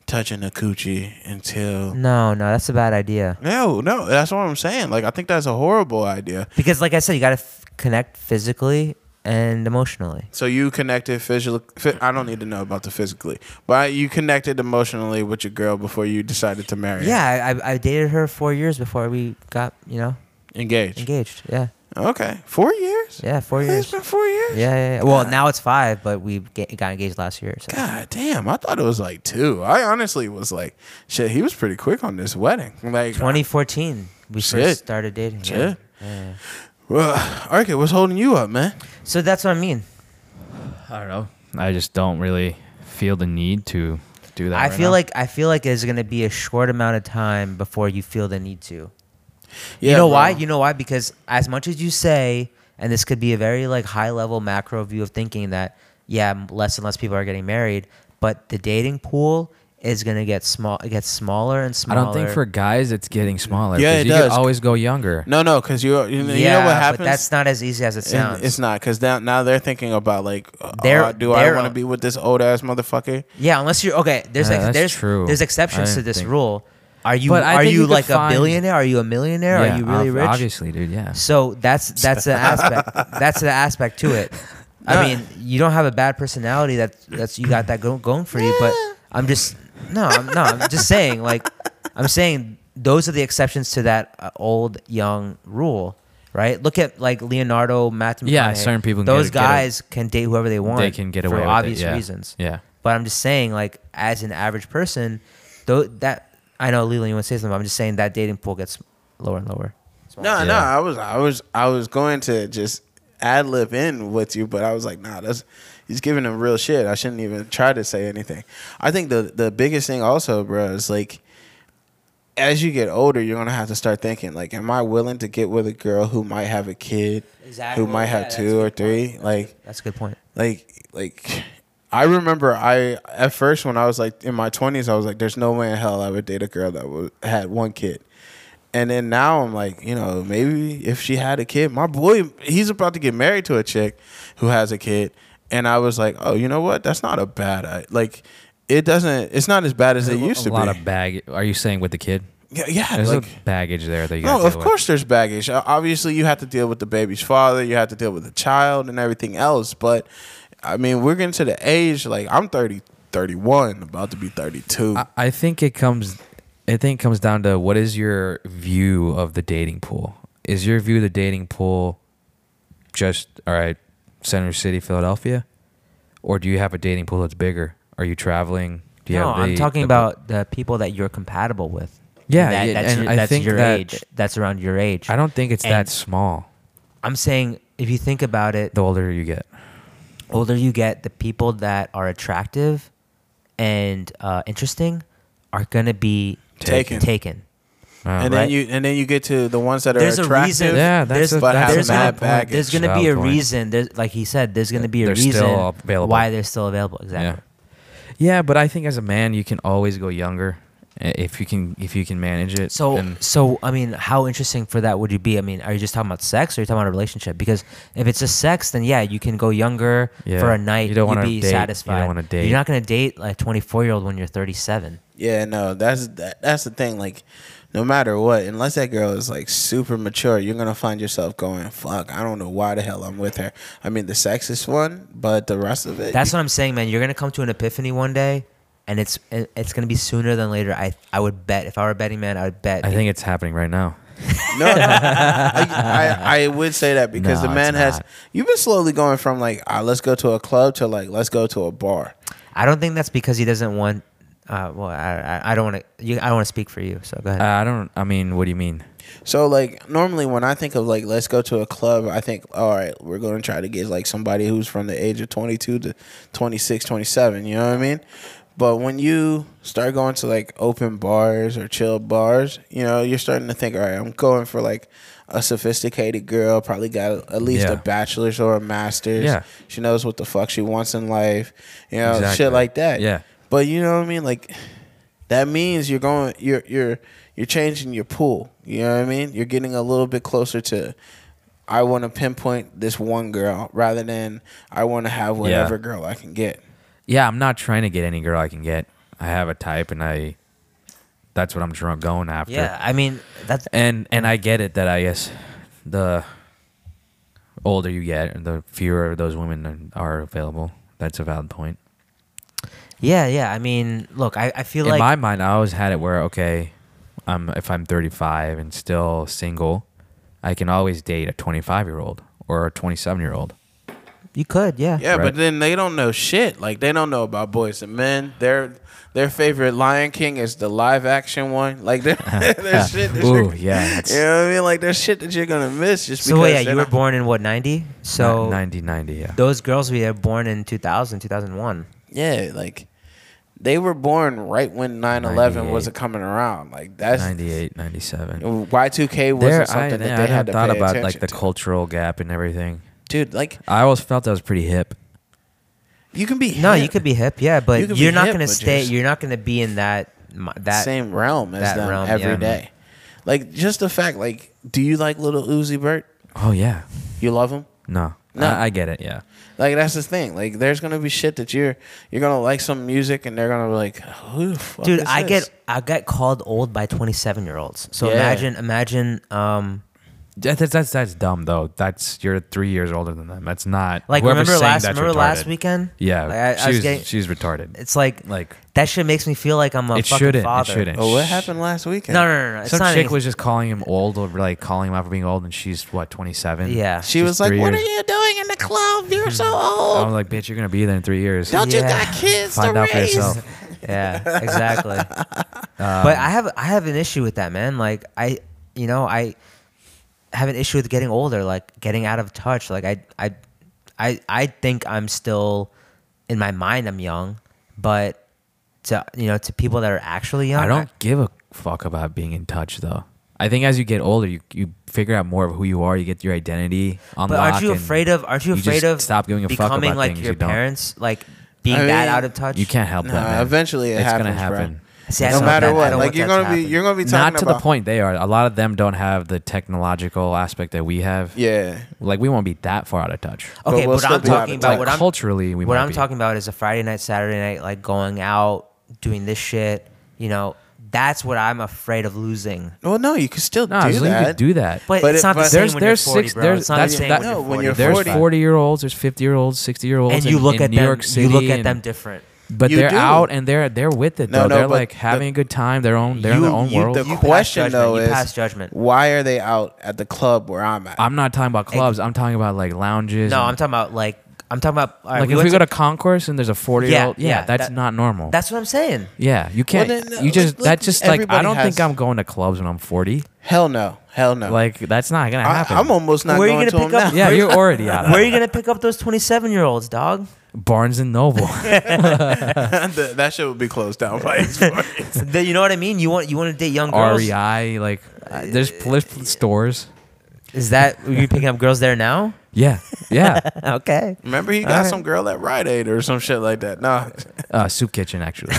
Speaker 4: touching a coochie
Speaker 3: Mm.
Speaker 4: until."
Speaker 2: No, no, that's a bad idea.
Speaker 4: No, no, that's what I'm saying. Like, I think that's a horrible idea.
Speaker 2: Because, like I said, you got to f- connect physically and emotionally.
Speaker 4: So you connected physically. I don't need to know about the physically, but you connected emotionally with your girl before you decided to marry. her.
Speaker 2: Yeah, I- I, I dated her four years before we got, you know,
Speaker 4: engaged.
Speaker 2: engaged. Yeah,
Speaker 4: Okay, four years.
Speaker 2: yeah, four
Speaker 4: It's
Speaker 2: years.
Speaker 4: been four years.
Speaker 2: Yeah, yeah. yeah. Well, now it's five, but we ga- got engaged last year. So.
Speaker 4: God damn, I thought it was like two. I honestly was like, shit, he was pretty quick on this wedding. Like,
Speaker 2: 2014, we
Speaker 4: Shit.
Speaker 2: first started dating. yeah.
Speaker 4: Shit.
Speaker 2: Yeah, yeah.
Speaker 4: Ugh. okay, what's holding you up, man?
Speaker 2: So that's what I mean.
Speaker 3: I don't know. I just don't really feel the need to do that.
Speaker 2: I
Speaker 3: right
Speaker 2: feel
Speaker 3: now.
Speaker 2: like I feel like there's gonna be a short amount of time before you feel the need to.
Speaker 4: Yeah,
Speaker 2: you know
Speaker 4: bro.
Speaker 2: why? You know why? Because as much as you say, and this could be a very like high level macro view of thinking that yeah, m- less and less people are getting married, but the dating pool is gonna get small. It gets smaller and
Speaker 3: I
Speaker 2: smaller.
Speaker 3: don't think for guys it's getting smaller.
Speaker 4: Yeah,
Speaker 3: 'cause
Speaker 4: it
Speaker 3: you
Speaker 4: does.
Speaker 3: Could always go younger.
Speaker 4: No, no, because you, you, know-
Speaker 2: yeah,
Speaker 4: you know what happens.
Speaker 2: but that's not as easy as it
Speaker 4: And
Speaker 2: sounds.
Speaker 4: It's not because now, now they're thinking about like, uh,
Speaker 2: They're-
Speaker 4: uh, do I
Speaker 2: they're-
Speaker 4: want to be with this old ass motherfucker?
Speaker 2: yeah, unless you're okay. There's
Speaker 3: Yeah,
Speaker 2: ex-
Speaker 3: that's
Speaker 2: there's
Speaker 3: true.
Speaker 2: there's
Speaker 3: I
Speaker 2: exceptions to
Speaker 3: didn't
Speaker 2: this
Speaker 3: think-
Speaker 2: rule. Are you
Speaker 3: But I
Speaker 2: are
Speaker 3: think
Speaker 2: you,
Speaker 3: you could
Speaker 2: like a
Speaker 3: find-
Speaker 2: billionaire? Are you a millionaire?
Speaker 3: Yeah,
Speaker 2: are you really
Speaker 3: ob-
Speaker 2: rich?
Speaker 3: Obviously, dude. Yeah.
Speaker 2: So that's that's an aspect. That's the aspect to it. I mean, you don't have a bad personality. That that's you got that go, going for you. But I'm just no, I'm, no. I'm just saying. Like I'm saying, those are the exceptions to that uh, old young rule, right? Look at like Leonardo, Matthew.
Speaker 3: Yeah, certain people can
Speaker 2: Those
Speaker 3: get- get a-
Speaker 2: guys can date whoever they want.
Speaker 3: They can get away
Speaker 2: for
Speaker 3: with it,
Speaker 2: obvious
Speaker 3: yeah.
Speaker 2: reasons.
Speaker 3: Yeah.
Speaker 2: But I'm just saying, like, as an average person, though that I know Leland, you want to say something. but I'm just saying that dating pool gets lower and lower.
Speaker 4: No, no,
Speaker 3: Yeah.
Speaker 4: I was, I was, I was going to just ad lib in with you, but I was like, nah, that's he's giving him real shit. I shouldn't even try to say anything. I think the the biggest thing also, bro, is like, as you get older, you're gonna have to start thinking like, am I willing to get with a girl who might have a kid,
Speaker 2: Exactly,
Speaker 4: who might
Speaker 2: yeah,
Speaker 4: have
Speaker 2: that's
Speaker 4: two
Speaker 2: a
Speaker 4: or
Speaker 2: good point.
Speaker 4: three, like.
Speaker 2: That's a good point.
Speaker 4: like like I remember I at first when I was like in my twenties, I was like, "There's no way in hell I would date a girl that was, had one kid." And then now I'm like, you know, maybe if she had a kid, my boy, he's about to get married to a chick who has a kid, and I was like, oh, you know what? That's not a bad I, like. It doesn't. It's not as bad as it used
Speaker 3: a
Speaker 4: to
Speaker 3: lot
Speaker 4: be.
Speaker 3: of baggage. Are you saying with the kid?
Speaker 4: yeah, yeah,
Speaker 3: There's
Speaker 4: like,
Speaker 3: a baggage there that you.
Speaker 4: no,
Speaker 3: gotta
Speaker 4: Oh, of
Speaker 3: deal with.
Speaker 4: course there's baggage. O- Obviously, you have to deal with the baby's father, you have to deal with the child and everything else. But I mean, we're getting to the age like I'm 30, 31, about to be 32.
Speaker 3: I, I think it comes. I think it comes down to what is your view of the dating pool. Is your view of the dating pool just all right, Center City, Philadelphia, or do you have a dating pool that's bigger? Are you traveling? Do you
Speaker 2: no,
Speaker 3: have the-
Speaker 2: I'm talking
Speaker 3: the-
Speaker 2: about the people that you're compatible with.
Speaker 3: Yeah,
Speaker 2: that,
Speaker 3: yeah,
Speaker 2: that's
Speaker 3: and
Speaker 2: your,
Speaker 3: I
Speaker 2: that's
Speaker 3: think
Speaker 2: your
Speaker 3: that-
Speaker 2: age. That's around your age.
Speaker 3: I don't think it's
Speaker 2: And-
Speaker 3: that small.
Speaker 2: I'm saying if you think about it,
Speaker 3: The
Speaker 2: the
Speaker 3: older you get,
Speaker 2: older you get, the people that are attractive and uh, interesting are gonna be
Speaker 4: Taken.
Speaker 2: Taken.
Speaker 3: Uh,
Speaker 4: and
Speaker 2: right.
Speaker 4: then you and then you get to the ones that are
Speaker 2: There's a
Speaker 4: attractive.
Speaker 2: reason.
Speaker 3: Yeah, that's
Speaker 2: there's,
Speaker 3: a-
Speaker 4: but
Speaker 3: that's
Speaker 4: have
Speaker 2: there's,
Speaker 3: a
Speaker 4: mad
Speaker 3: valid
Speaker 2: gonna,
Speaker 3: point.
Speaker 4: baggage.
Speaker 2: there's gonna be
Speaker 3: Valid
Speaker 2: a
Speaker 3: point.
Speaker 2: reason. There's like he said. There's gonna be a
Speaker 3: They're
Speaker 2: reason
Speaker 3: still available.
Speaker 2: why they're still available. Exactly.
Speaker 3: yeah, yeah. But I think as a man, you can always go younger i- if you can if you can manage it.
Speaker 2: So,
Speaker 3: and-
Speaker 2: so I mean, how interesting for that would you be? I mean, are you just talking about sex, or are you talking about a relationship? Because if it's just sex, then yeah, you can go younger
Speaker 3: Yeah.
Speaker 2: for a night.
Speaker 3: You don't
Speaker 2: would
Speaker 3: wanna
Speaker 2: be
Speaker 3: date- you don't
Speaker 2: satisfied.
Speaker 3: wanna date.
Speaker 2: You're not gonna date like 24 year old when you're 37.
Speaker 4: Yeah, no, that's that, that's the thing. Like, no matter what, unless that girl is like super mature, you're gonna find yourself going, "Fuck, I don't know why the hell I'm with her." I mean, the sex is one, but the rest of it,
Speaker 2: That's what I'm saying, man. You're gonna come to an epiphany one day, and it's it- it's gonna be sooner than later. I I would bet if I were a betting man, I would bet.
Speaker 3: I think it's happening right now.
Speaker 4: No, no. I, I, I would say that because
Speaker 3: No,
Speaker 4: the man
Speaker 3: it's
Speaker 4: has.
Speaker 3: not.
Speaker 4: You've been slowly going from like, ah, let's go to a club to like, let's go to a bar.
Speaker 2: I don't think that's because he doesn't want. Uh, well, I I, I don't want to. I don't want to speak for you. So go ahead.
Speaker 3: Uh, I don't. I mean, what do you mean?
Speaker 4: So like normally when I think of like let's go to a club, I think all right, we're going to try to get like somebody who's from the age of 22 to 26, 27, you know what I mean? But when you start going to like open bars or chill bars, you know, you're starting to think, all right, I'm going for like a sophisticated girl, probably got at least
Speaker 3: Yeah.
Speaker 4: a bachelor's or a master's.
Speaker 3: Yeah.
Speaker 4: She knows what the fuck she wants in life, you know,
Speaker 3: Exactly.
Speaker 4: shit like that.
Speaker 3: Yeah.
Speaker 4: But you know what I mean? Like that means you're going you're you're you're changing your pool. You know what I mean? You're getting a little bit closer to I want to pinpoint this one girl rather than I want to have whatever girl I can get.
Speaker 3: Yeah, I'm not trying to get any girl I can get. I have a type, and I. That's what I'm trying going after.
Speaker 2: yeah, I mean that's
Speaker 3: And and I get it that I guess the older you get, the fewer those women are available. That's a valid point.
Speaker 2: yeah yeah. I mean, look, I, I feel
Speaker 3: in
Speaker 2: like
Speaker 3: my mind, I always had it where okay, um, if I'm 35 and still single, I can always date a 25 year old or a 27 year old.
Speaker 2: you could. Yeah.
Speaker 4: Yeah,
Speaker 3: Right.
Speaker 4: but then they don't know shit. Like they don't know about boys and men. Their their favorite Lion King is the live action one. Like there's shit. That
Speaker 3: Ooh,
Speaker 4: you're,
Speaker 3: yeah,
Speaker 4: you
Speaker 3: that's
Speaker 4: know what I mean? Like there's shit that you're gonna miss just
Speaker 2: So
Speaker 4: because.
Speaker 2: yeah,
Speaker 4: they're
Speaker 2: you were
Speaker 4: not-
Speaker 2: born in what ninety? So
Speaker 3: 90, 90, yeah.
Speaker 2: those girls we were born in 2000, 2001.
Speaker 4: Yeah, like they were born right when 9-11 was
Speaker 3: 98.
Speaker 4: coming around. Like that's
Speaker 3: 98, 97.
Speaker 4: Y2K wasn't
Speaker 3: There, I,
Speaker 4: something that
Speaker 3: I
Speaker 4: they had
Speaker 3: had
Speaker 4: to
Speaker 3: thought
Speaker 4: pay
Speaker 3: about
Speaker 4: attention
Speaker 3: like the
Speaker 4: to.
Speaker 3: cultural gap and everything.
Speaker 4: dude. Like
Speaker 3: I always felt that was pretty hip.
Speaker 4: you can be
Speaker 2: No,
Speaker 4: hip,
Speaker 2: you could be hip, yeah,
Speaker 4: You
Speaker 2: but
Speaker 4: could
Speaker 2: you are
Speaker 4: be
Speaker 2: not
Speaker 4: hip,
Speaker 2: gonna
Speaker 4: but
Speaker 2: stay.
Speaker 4: just-
Speaker 2: You're not gonna be in that m- that.
Speaker 4: same realm as
Speaker 2: that
Speaker 4: them
Speaker 2: realm,
Speaker 4: every
Speaker 2: yeah.
Speaker 4: day. Like just the fact, like, do you like little Uzi Bert?
Speaker 3: Oh yeah,
Speaker 4: You love him?
Speaker 3: no,
Speaker 4: No.
Speaker 3: I, I get it. Yeah,
Speaker 4: Like that's the thing. Like there's gonna be shit that you're you're gonna like some music and they're gonna be like, who the fuck
Speaker 2: Dude,
Speaker 4: is
Speaker 2: I
Speaker 4: this?
Speaker 2: get I get called old by 27 year olds. So
Speaker 4: Yeah.
Speaker 2: imagine imagine um
Speaker 3: That- that's that's that's dumb thob. That's you're three years older than them. That's not
Speaker 2: like
Speaker 3: whoever's
Speaker 2: remember
Speaker 3: saying
Speaker 2: last
Speaker 3: that's
Speaker 2: remember last
Speaker 3: retarded.
Speaker 2: weekend?
Speaker 3: Yeah,
Speaker 2: Like, I,
Speaker 3: she
Speaker 2: I was
Speaker 3: was
Speaker 2: getting
Speaker 3: she's retarded.
Speaker 2: it's like
Speaker 3: like
Speaker 2: that shit makes me feel like I'm a
Speaker 3: it
Speaker 2: fucking
Speaker 3: shouldn't.
Speaker 2: father.
Speaker 3: It shouldn't.
Speaker 4: Oh, what happened last weekend?
Speaker 2: No, no, no, no. It's
Speaker 3: Some
Speaker 2: not
Speaker 3: chick
Speaker 2: anyth-
Speaker 3: was just calling him old, or like calling him out for being old, and she's what twenty seven.
Speaker 2: yeah.
Speaker 4: She
Speaker 3: She's
Speaker 4: was like,
Speaker 3: three
Speaker 4: "What are
Speaker 3: years-
Speaker 4: you doing in the club? You're so
Speaker 3: I
Speaker 4: old.
Speaker 3: was like, bitch, you're gonna be there in three years.
Speaker 4: Don't you
Speaker 2: Yeah.
Speaker 4: got kids
Speaker 3: Find
Speaker 4: to
Speaker 3: out for
Speaker 4: raise?"
Speaker 3: yourself.
Speaker 2: yeah, exactly. but I have I have an issue with that, man. Like I, you know, I have an issue with getting older, like getting out of touch. Like I I I I think I'm still in my mind I'm young, but to you know, to people that are actually young,
Speaker 3: I don't give a fuck about being in touch though. I think as you get older, you you figure out more of who you are. You get your identity unlocked.
Speaker 2: But aren't you
Speaker 3: and
Speaker 2: afraid of aren't you
Speaker 3: you just
Speaker 2: afraid of
Speaker 3: stop giving a fuck
Speaker 2: becoming
Speaker 3: about
Speaker 2: like
Speaker 3: things
Speaker 2: your
Speaker 3: you don't?
Speaker 2: parents, like being
Speaker 4: I
Speaker 2: that
Speaker 4: mean,
Speaker 2: out of touch?
Speaker 3: You can't help
Speaker 4: No,
Speaker 3: that. man.
Speaker 4: eventually it
Speaker 3: it's
Speaker 4: happens,
Speaker 3: gonna
Speaker 4: bro.
Speaker 3: happen.
Speaker 2: See, I
Speaker 4: no
Speaker 2: don't
Speaker 4: matter
Speaker 2: want that- I
Speaker 4: what,
Speaker 2: don't
Speaker 4: like
Speaker 2: want
Speaker 4: you're
Speaker 2: that
Speaker 4: gonna be
Speaker 2: happen.
Speaker 4: you're gonna be talking
Speaker 3: Not to
Speaker 4: about
Speaker 3: the point they are. A lot of them don't have the technological aspect that we have.
Speaker 4: Yeah,
Speaker 3: Like we won't be that far out of touch.
Speaker 4: but
Speaker 2: Okay,
Speaker 4: we'll
Speaker 2: but
Speaker 4: still
Speaker 2: I'm
Speaker 4: be out
Speaker 2: talking Oh,
Speaker 4: of
Speaker 2: about
Speaker 4: touch.
Speaker 2: what I'm
Speaker 3: Culturally, we
Speaker 2: what
Speaker 3: might
Speaker 2: I'm
Speaker 3: be.
Speaker 2: talking about is a Friday night, Saturday night, like going out, doing this shit. You know, that's what I'm afraid of losing.
Speaker 4: Well, no, you can still
Speaker 3: No,
Speaker 4: do
Speaker 3: so you
Speaker 4: that.
Speaker 3: could do that.
Speaker 2: But,
Speaker 4: But
Speaker 2: it's
Speaker 4: it-
Speaker 2: not the
Speaker 4: but-
Speaker 2: same
Speaker 3: There's-
Speaker 2: when
Speaker 3: there's
Speaker 2: you're 40,
Speaker 3: six-
Speaker 2: bro.
Speaker 3: there's-
Speaker 2: it's not
Speaker 3: that's-
Speaker 2: the same
Speaker 3: that-
Speaker 2: when
Speaker 4: No,
Speaker 2: you're 40.
Speaker 4: when you're
Speaker 3: There's
Speaker 4: 40.
Speaker 3: 40 year olds, there's 50 year olds, 60 year olds,
Speaker 2: and you look
Speaker 3: in
Speaker 2: at
Speaker 3: New
Speaker 2: them,
Speaker 3: York City.
Speaker 2: you look at
Speaker 3: and-
Speaker 2: them different.
Speaker 3: but
Speaker 4: You
Speaker 3: they're
Speaker 4: do.
Speaker 3: out and they're they're with it
Speaker 4: No,
Speaker 3: though.
Speaker 4: no,
Speaker 3: they're
Speaker 4: but
Speaker 3: like having
Speaker 4: the-
Speaker 3: a good time. Their own, they're in their
Speaker 2: You-
Speaker 3: own
Speaker 2: you-
Speaker 3: world.
Speaker 4: The
Speaker 2: You pass
Speaker 4: question
Speaker 2: judgment,
Speaker 4: though
Speaker 2: you
Speaker 4: is,
Speaker 2: pass judgment.
Speaker 4: why are they out at the club where I'm at?
Speaker 3: I'm not talking about clubs. I'm talking about like lounges.
Speaker 2: No,
Speaker 3: and-
Speaker 2: I'm talking about like I'm talking about all right,
Speaker 3: like
Speaker 2: we
Speaker 3: if
Speaker 2: went
Speaker 3: we go to concourse and there's a 40 year old,
Speaker 2: Yeah,
Speaker 3: yeah,
Speaker 2: yeah,
Speaker 3: that's
Speaker 2: that-
Speaker 3: not normal.
Speaker 2: That's what I'm saying.
Speaker 3: yeah, you can't.
Speaker 4: then, uh,
Speaker 3: you just
Speaker 4: like- like,
Speaker 3: that's just like I
Speaker 4: everybody
Speaker 3: don't
Speaker 4: has-
Speaker 3: think I'm going to clubs when I'm 40.
Speaker 4: hell no, hell no.
Speaker 3: Like that's not gonna
Speaker 4: I,
Speaker 3: happen.
Speaker 4: I'm almost not
Speaker 2: Where you
Speaker 4: going to
Speaker 2: gonna
Speaker 4: them
Speaker 2: pick up-
Speaker 3: yeah,
Speaker 4: now.
Speaker 3: you're already out. Of
Speaker 2: Where are you gonna pick up those 27 year olds, dog?
Speaker 3: Barnes and Noble.
Speaker 4: The- that shit would be closed down by his parents.
Speaker 2: Then you know what I mean. You want you want to date young girls?
Speaker 3: REI, E like uh, there's pl- stores.
Speaker 2: Is that are you picking up girls there now?
Speaker 3: Yeah, yeah.
Speaker 2: Okay.
Speaker 4: Remember, he got some girl at Rite Aid or some shit like that. No,
Speaker 3: Uh, soup kitchen, actually.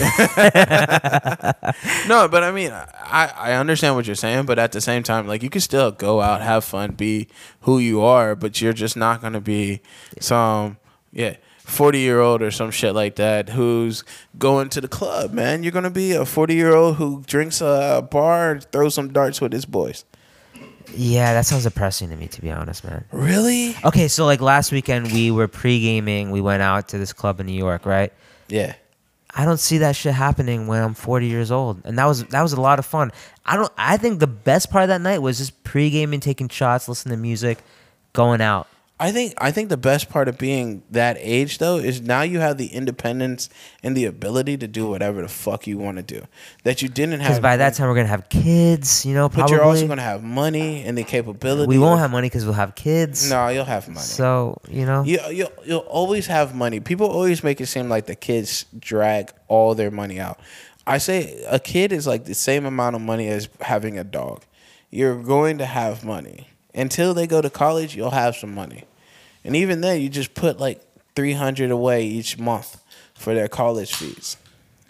Speaker 4: no, but I mean, I I understand what you're saying, but at the same time, like you can still go out, have fun, be who you are, but you're just not gonna be some yeah. 40 year old or some shit like that who's going to the club, man. You're going to be a 40 year old who drinks a bar, throws some darts with his boys.
Speaker 2: Yeah, that sounds depressing to me, to be honest, man.
Speaker 4: Really?
Speaker 2: Okay, so like last weekend we were pre gaming. We went out to this club in New York, right?
Speaker 4: Yeah.
Speaker 2: I don't see that shit happening when I'm 40 years old. And that was that was a lot of fun. I don't I think the best part of that night was just pre-gaming, taking shots, listening to music, going out.
Speaker 4: I think I think the best part of being that age though is now you have the independence and the ability to do whatever the fuck you want to do that you didn't
Speaker 2: Cuz
Speaker 4: have
Speaker 2: by that time we're going to have kids, you know,
Speaker 4: But
Speaker 2: probably.
Speaker 4: you're also gonna have money and the capability.
Speaker 2: we won't
Speaker 4: of-
Speaker 2: have money cuz we'll have kids.
Speaker 4: No, you'll have money.
Speaker 2: So, you know.
Speaker 4: you you you'll always have money. People always make it seem like the kids drag all their money out. I say a kid is like the same amount of money as having a dog. You're going to have money until they go to college. You'll have some money, and even then, you just put like three hundred away each month for their college fees.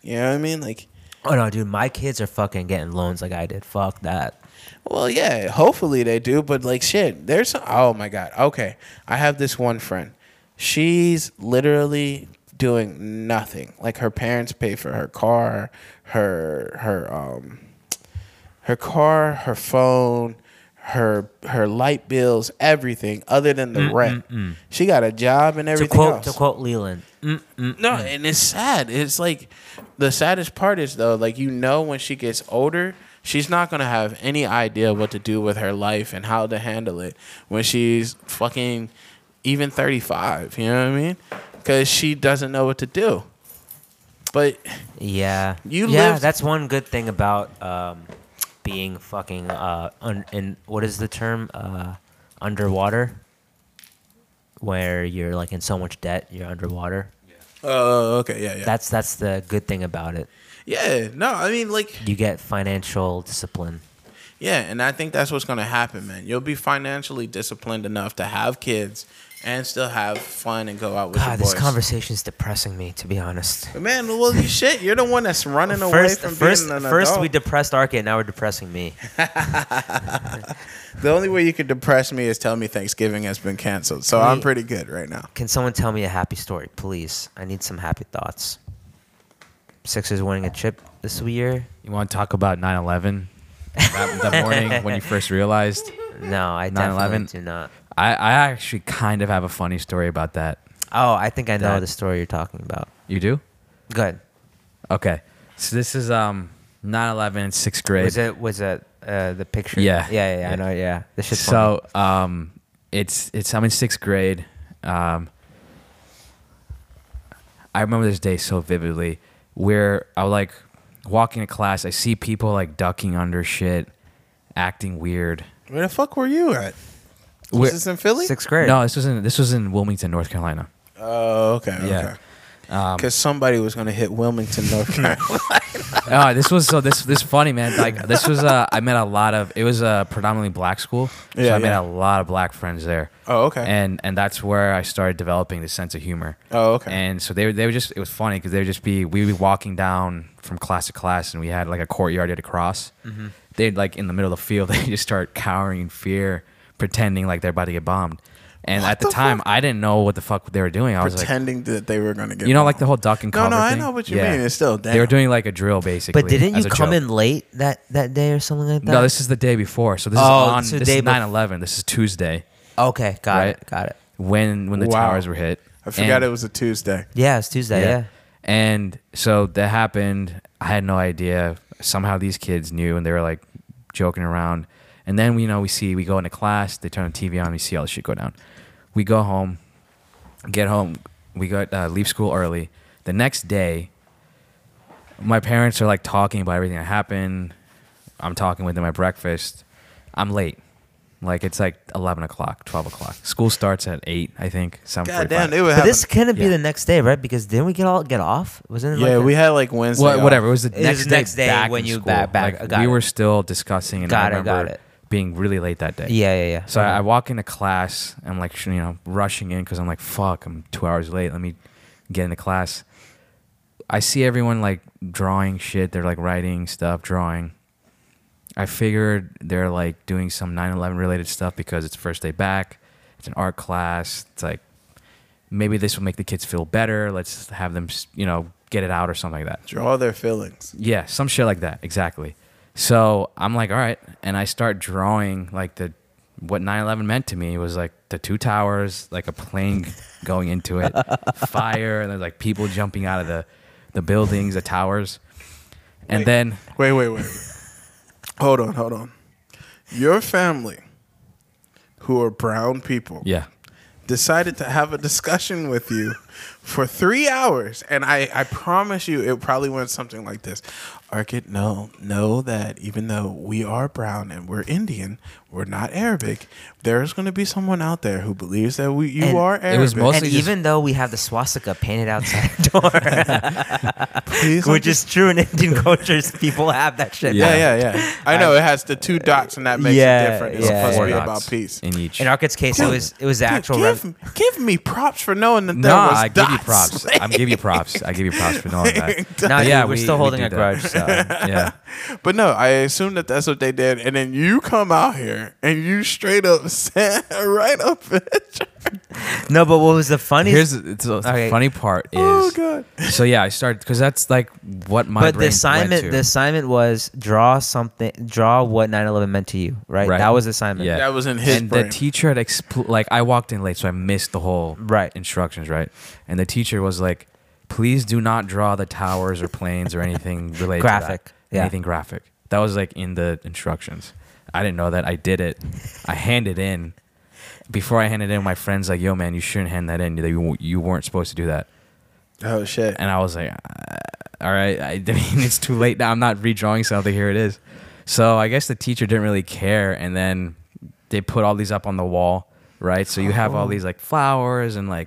Speaker 4: You know what I mean? Like,
Speaker 2: Oh no, dude, my kids are fucking getting loans like I did. Fuck that.
Speaker 4: Well, yeah, hopefully they do, but like shit, there's some, oh my god. Okay. I have this one friend. She's literally doing nothing. Like her parents pay for her car, her her um her car, her phone, her her light bills, everything other than the rent. She got a job and
Speaker 2: Mm, To
Speaker 4: everything
Speaker 2: quote
Speaker 4: else.
Speaker 2: to quote Leland.
Speaker 4: No, and it's sad. It's like the saddest part is though, like you know when she gets older, she's not gonna have any idea what to do with her life and how to handle it when she's fucking even thirty five. You know what I mean? Because she doesn't know what to do. But
Speaker 2: Yeah.
Speaker 4: You
Speaker 2: Yeah,
Speaker 4: lived-
Speaker 2: that's one good thing about um, being fucking uh un- in what is the term uh underwater where you're like in so much debt you're underwater.
Speaker 4: oh, okay, yeah, yeah,
Speaker 2: That's that's the good thing about it.
Speaker 4: yeah. No, I mean like
Speaker 2: You get financial discipline.
Speaker 4: Yeah, and I think that's what's gonna happen, man. You'll be financially disciplined enough to have kids and still have fun and go out with your
Speaker 2: God, this
Speaker 4: boys.
Speaker 2: conversation is depressing me to be honest.
Speaker 4: But man, well, you shit, you're the one that's running
Speaker 2: First,
Speaker 4: away from
Speaker 2: first,
Speaker 4: being an
Speaker 2: first
Speaker 4: adult.
Speaker 2: we depressed Arcade, now we're depressing me.
Speaker 4: the only way you could depress me is tell me Thanksgiving has been canceled. So I'm
Speaker 2: Wait.
Speaker 4: pretty good right now.
Speaker 2: Can someone tell me a happy story, please? I need some happy thoughts. Sixers winning a chip this year?
Speaker 3: You want to talk about 9/11? That, that morning when you first realized?
Speaker 2: No, I
Speaker 3: 9/11?
Speaker 2: definitely do not.
Speaker 3: I, I actually kind of have a funny story about that.
Speaker 2: Oh, I think I know
Speaker 3: That-
Speaker 2: the story you're talking about.
Speaker 3: You do?
Speaker 2: Good.
Speaker 3: Okay. So this is um 9/11 sixth grade.
Speaker 2: Was it was it uh, the picture?
Speaker 3: Yeah.
Speaker 2: yeah, yeah, yeah.
Speaker 3: Yeah.
Speaker 2: I know. Yeah, this shit's funny.
Speaker 3: so um it's it's I'm in sixth grade. Um I remember this day so vividly where I was like walking to class, I see people like ducking under shit, acting weird.
Speaker 4: Where the fuck were you at?
Speaker 3: Where-
Speaker 4: Was this in Philly?
Speaker 2: sixth grade.
Speaker 3: No, this was in this was in Wilmington, North Carolina.
Speaker 4: Oh, okay, okay.
Speaker 3: Yeah. Um,
Speaker 4: Because somebody was gonna hit Wilmington, North Carolina.
Speaker 3: oh, this was so this this funny man. Like this was uh, I met a lot of it was a predominantly black school, so
Speaker 4: Yeah,
Speaker 3: I met
Speaker 4: yeah.
Speaker 3: a lot of black friends there.
Speaker 4: Oh, okay.
Speaker 3: And and that's where I started developing this sense of humor.
Speaker 4: Oh, okay.
Speaker 3: And so they would- they would just it was funny because they would just be we would be walking down from class to class and we had like a courtyard you had to cross.
Speaker 4: Mm-hmm.
Speaker 3: They'd like in the middle of the field they just start cowering in fear, pretending like they're about to get bombed. And at the,
Speaker 4: the
Speaker 3: time, I didn't know what the fuck they were doing. I was like,
Speaker 4: pretending that they were gonna get
Speaker 3: you know, like the whole duck and
Speaker 4: No,
Speaker 3: cover
Speaker 4: no, I
Speaker 3: thing?
Speaker 4: know what you mean. It's still
Speaker 3: They were
Speaker 4: down.
Speaker 3: doing like a drill, basically.
Speaker 2: but didn't
Speaker 3: as
Speaker 2: you
Speaker 3: a
Speaker 2: come
Speaker 3: joke.
Speaker 2: in late that that day or something like that?
Speaker 3: No, this is the day before. So this
Speaker 2: Oh,
Speaker 3: is on
Speaker 2: so
Speaker 3: this
Speaker 2: day
Speaker 3: is
Speaker 2: bef-
Speaker 3: 9/11. This is Tuesday
Speaker 2: Okay, got
Speaker 3: Right.
Speaker 2: it, got it.
Speaker 3: when when the
Speaker 4: Wow.
Speaker 3: towers were hit.
Speaker 4: I forgot
Speaker 3: And-
Speaker 4: it was a Tuesday.
Speaker 2: Yeah, it's Tuesday. Yeah.
Speaker 3: And so that happened. I had no idea. Somehow these kids knew and they were like joking around. And then, you know, we see, we go into class, they turn the TV on, we see all the shit go down. We go home, get home, we got uh, leave school early. The next day, my parents are like talking about everything that happened. I'm talking with them at breakfast. I'm late. Like it's like 11 o'clock, 12 o'clock. School starts at 8, I think.
Speaker 4: God
Speaker 3: 7:45.
Speaker 4: damn, they were
Speaker 2: But
Speaker 4: having.
Speaker 2: this couldn't be
Speaker 3: yeah.
Speaker 2: the next day, right? Because didn't we get all get off? Wasn't it?
Speaker 4: yeah,
Speaker 2: like a-
Speaker 4: we had like Wednesday.
Speaker 3: Well,
Speaker 4: off.
Speaker 3: whatever. It was the
Speaker 2: It was
Speaker 3: next
Speaker 2: the
Speaker 3: day.
Speaker 2: next day
Speaker 3: back
Speaker 2: when
Speaker 3: in
Speaker 2: you-
Speaker 3: school.
Speaker 2: back- back-
Speaker 3: Like,
Speaker 2: got
Speaker 3: we
Speaker 2: it.
Speaker 3: were still discussing, and
Speaker 2: Got
Speaker 3: I
Speaker 2: it, got
Speaker 3: remember
Speaker 2: it.
Speaker 3: being really late that day.
Speaker 2: Yeah, yeah, yeah.
Speaker 3: So I, I walk into class. I'm like, sh- you know, rushing in because I'm like, fuck, I'm two hours late. Let me get into class. I see everyone like drawing shit. They're like writing stuff, drawing. I figured they're like doing some 9/11 related stuff because it's first day back. It's an art class. It's like maybe this will make the kids feel better. Let's have them, s- you know, get it out or something like that.
Speaker 4: Draw their feelings.
Speaker 3: Yeah, some shit like that. Exactly. So I'm like, all right, and I start drawing like the what 9/11 meant to me was like the two towers, like a plane going into it, fire, and there's like people jumping out of the the buildings, the towers, and then
Speaker 4: Wait, wait, wait. hold on, hold on. Your family, who are brown people,
Speaker 3: yeah,
Speaker 4: decided to have a discussion with you for three hours. And I, I promise you, it probably went something like this Arkit, no, know that even though we are brown and we're Indian, we're not Arabic, there's going to be someone out there who believes that we, you
Speaker 2: And
Speaker 4: are Arabic.
Speaker 3: it was mostly
Speaker 2: and
Speaker 3: just-
Speaker 2: even though we have the swastika painted outside the
Speaker 4: Please
Speaker 2: door, which is true in Indian cultures, people have that shit.
Speaker 3: Yeah.
Speaker 4: Yeah, yeah, yeah. I know it has the two dots, and that makes
Speaker 2: Yeah,
Speaker 4: it different. It's
Speaker 2: yeah,
Speaker 4: supposed
Speaker 3: four
Speaker 4: to be
Speaker 3: dots
Speaker 4: about peace.
Speaker 3: in each.
Speaker 2: In Arkit's case, it was it was the
Speaker 4: Dude,
Speaker 2: actual.
Speaker 4: give,
Speaker 2: rev-
Speaker 4: give me props for knowing that there
Speaker 3: nah,
Speaker 4: was
Speaker 3: I
Speaker 4: dots.
Speaker 3: give you props. I give you props. I give you props for knowing that.
Speaker 2: no,
Speaker 3: But
Speaker 2: dude,
Speaker 3: yeah,
Speaker 2: we're
Speaker 3: we-
Speaker 2: still
Speaker 3: we
Speaker 2: holding
Speaker 3: do
Speaker 2: a
Speaker 3: that.
Speaker 2: grudge. So.
Speaker 3: Yeah,
Speaker 4: But no, I assume that that's what they did, and then you come out here and you straight up said right up at you.
Speaker 2: no, but what was the funniest?
Speaker 3: here's the it's- the
Speaker 2: Okay.
Speaker 3: funny part is.
Speaker 4: Oh god.
Speaker 3: So yeah, I started because that's like what my
Speaker 2: but
Speaker 3: brain
Speaker 2: the assignment
Speaker 3: went to.
Speaker 2: the assignment was draw something draw what 9-11 meant to you right,
Speaker 3: Right.
Speaker 2: that was the assignment
Speaker 3: Yeah.
Speaker 4: That was in his
Speaker 3: and
Speaker 4: brain.
Speaker 3: the teacher had expl- like I walked in late, so I missed the whole
Speaker 2: Right.
Speaker 3: instructions, right? And the teacher was like, "Please do not draw the towers or planes or anything related
Speaker 2: Graphic,
Speaker 3: to that.
Speaker 2: yeah.
Speaker 3: anything graphic." That was like in the instructions. I didn't know that. I did it. I handed in. Before I handed in, my friends like, "Yo, man, you shouldn't hand that in. You you weren't supposed to do that."
Speaker 4: oh shit.
Speaker 3: And I was like, uh, all right, I, I mean, it's too late now. I'm not redrawing something. Here it is. So I guess the teacher didn't really care. And then they put all these up on the wall, right? So you
Speaker 4: Oh.
Speaker 3: have all these like flowers and like,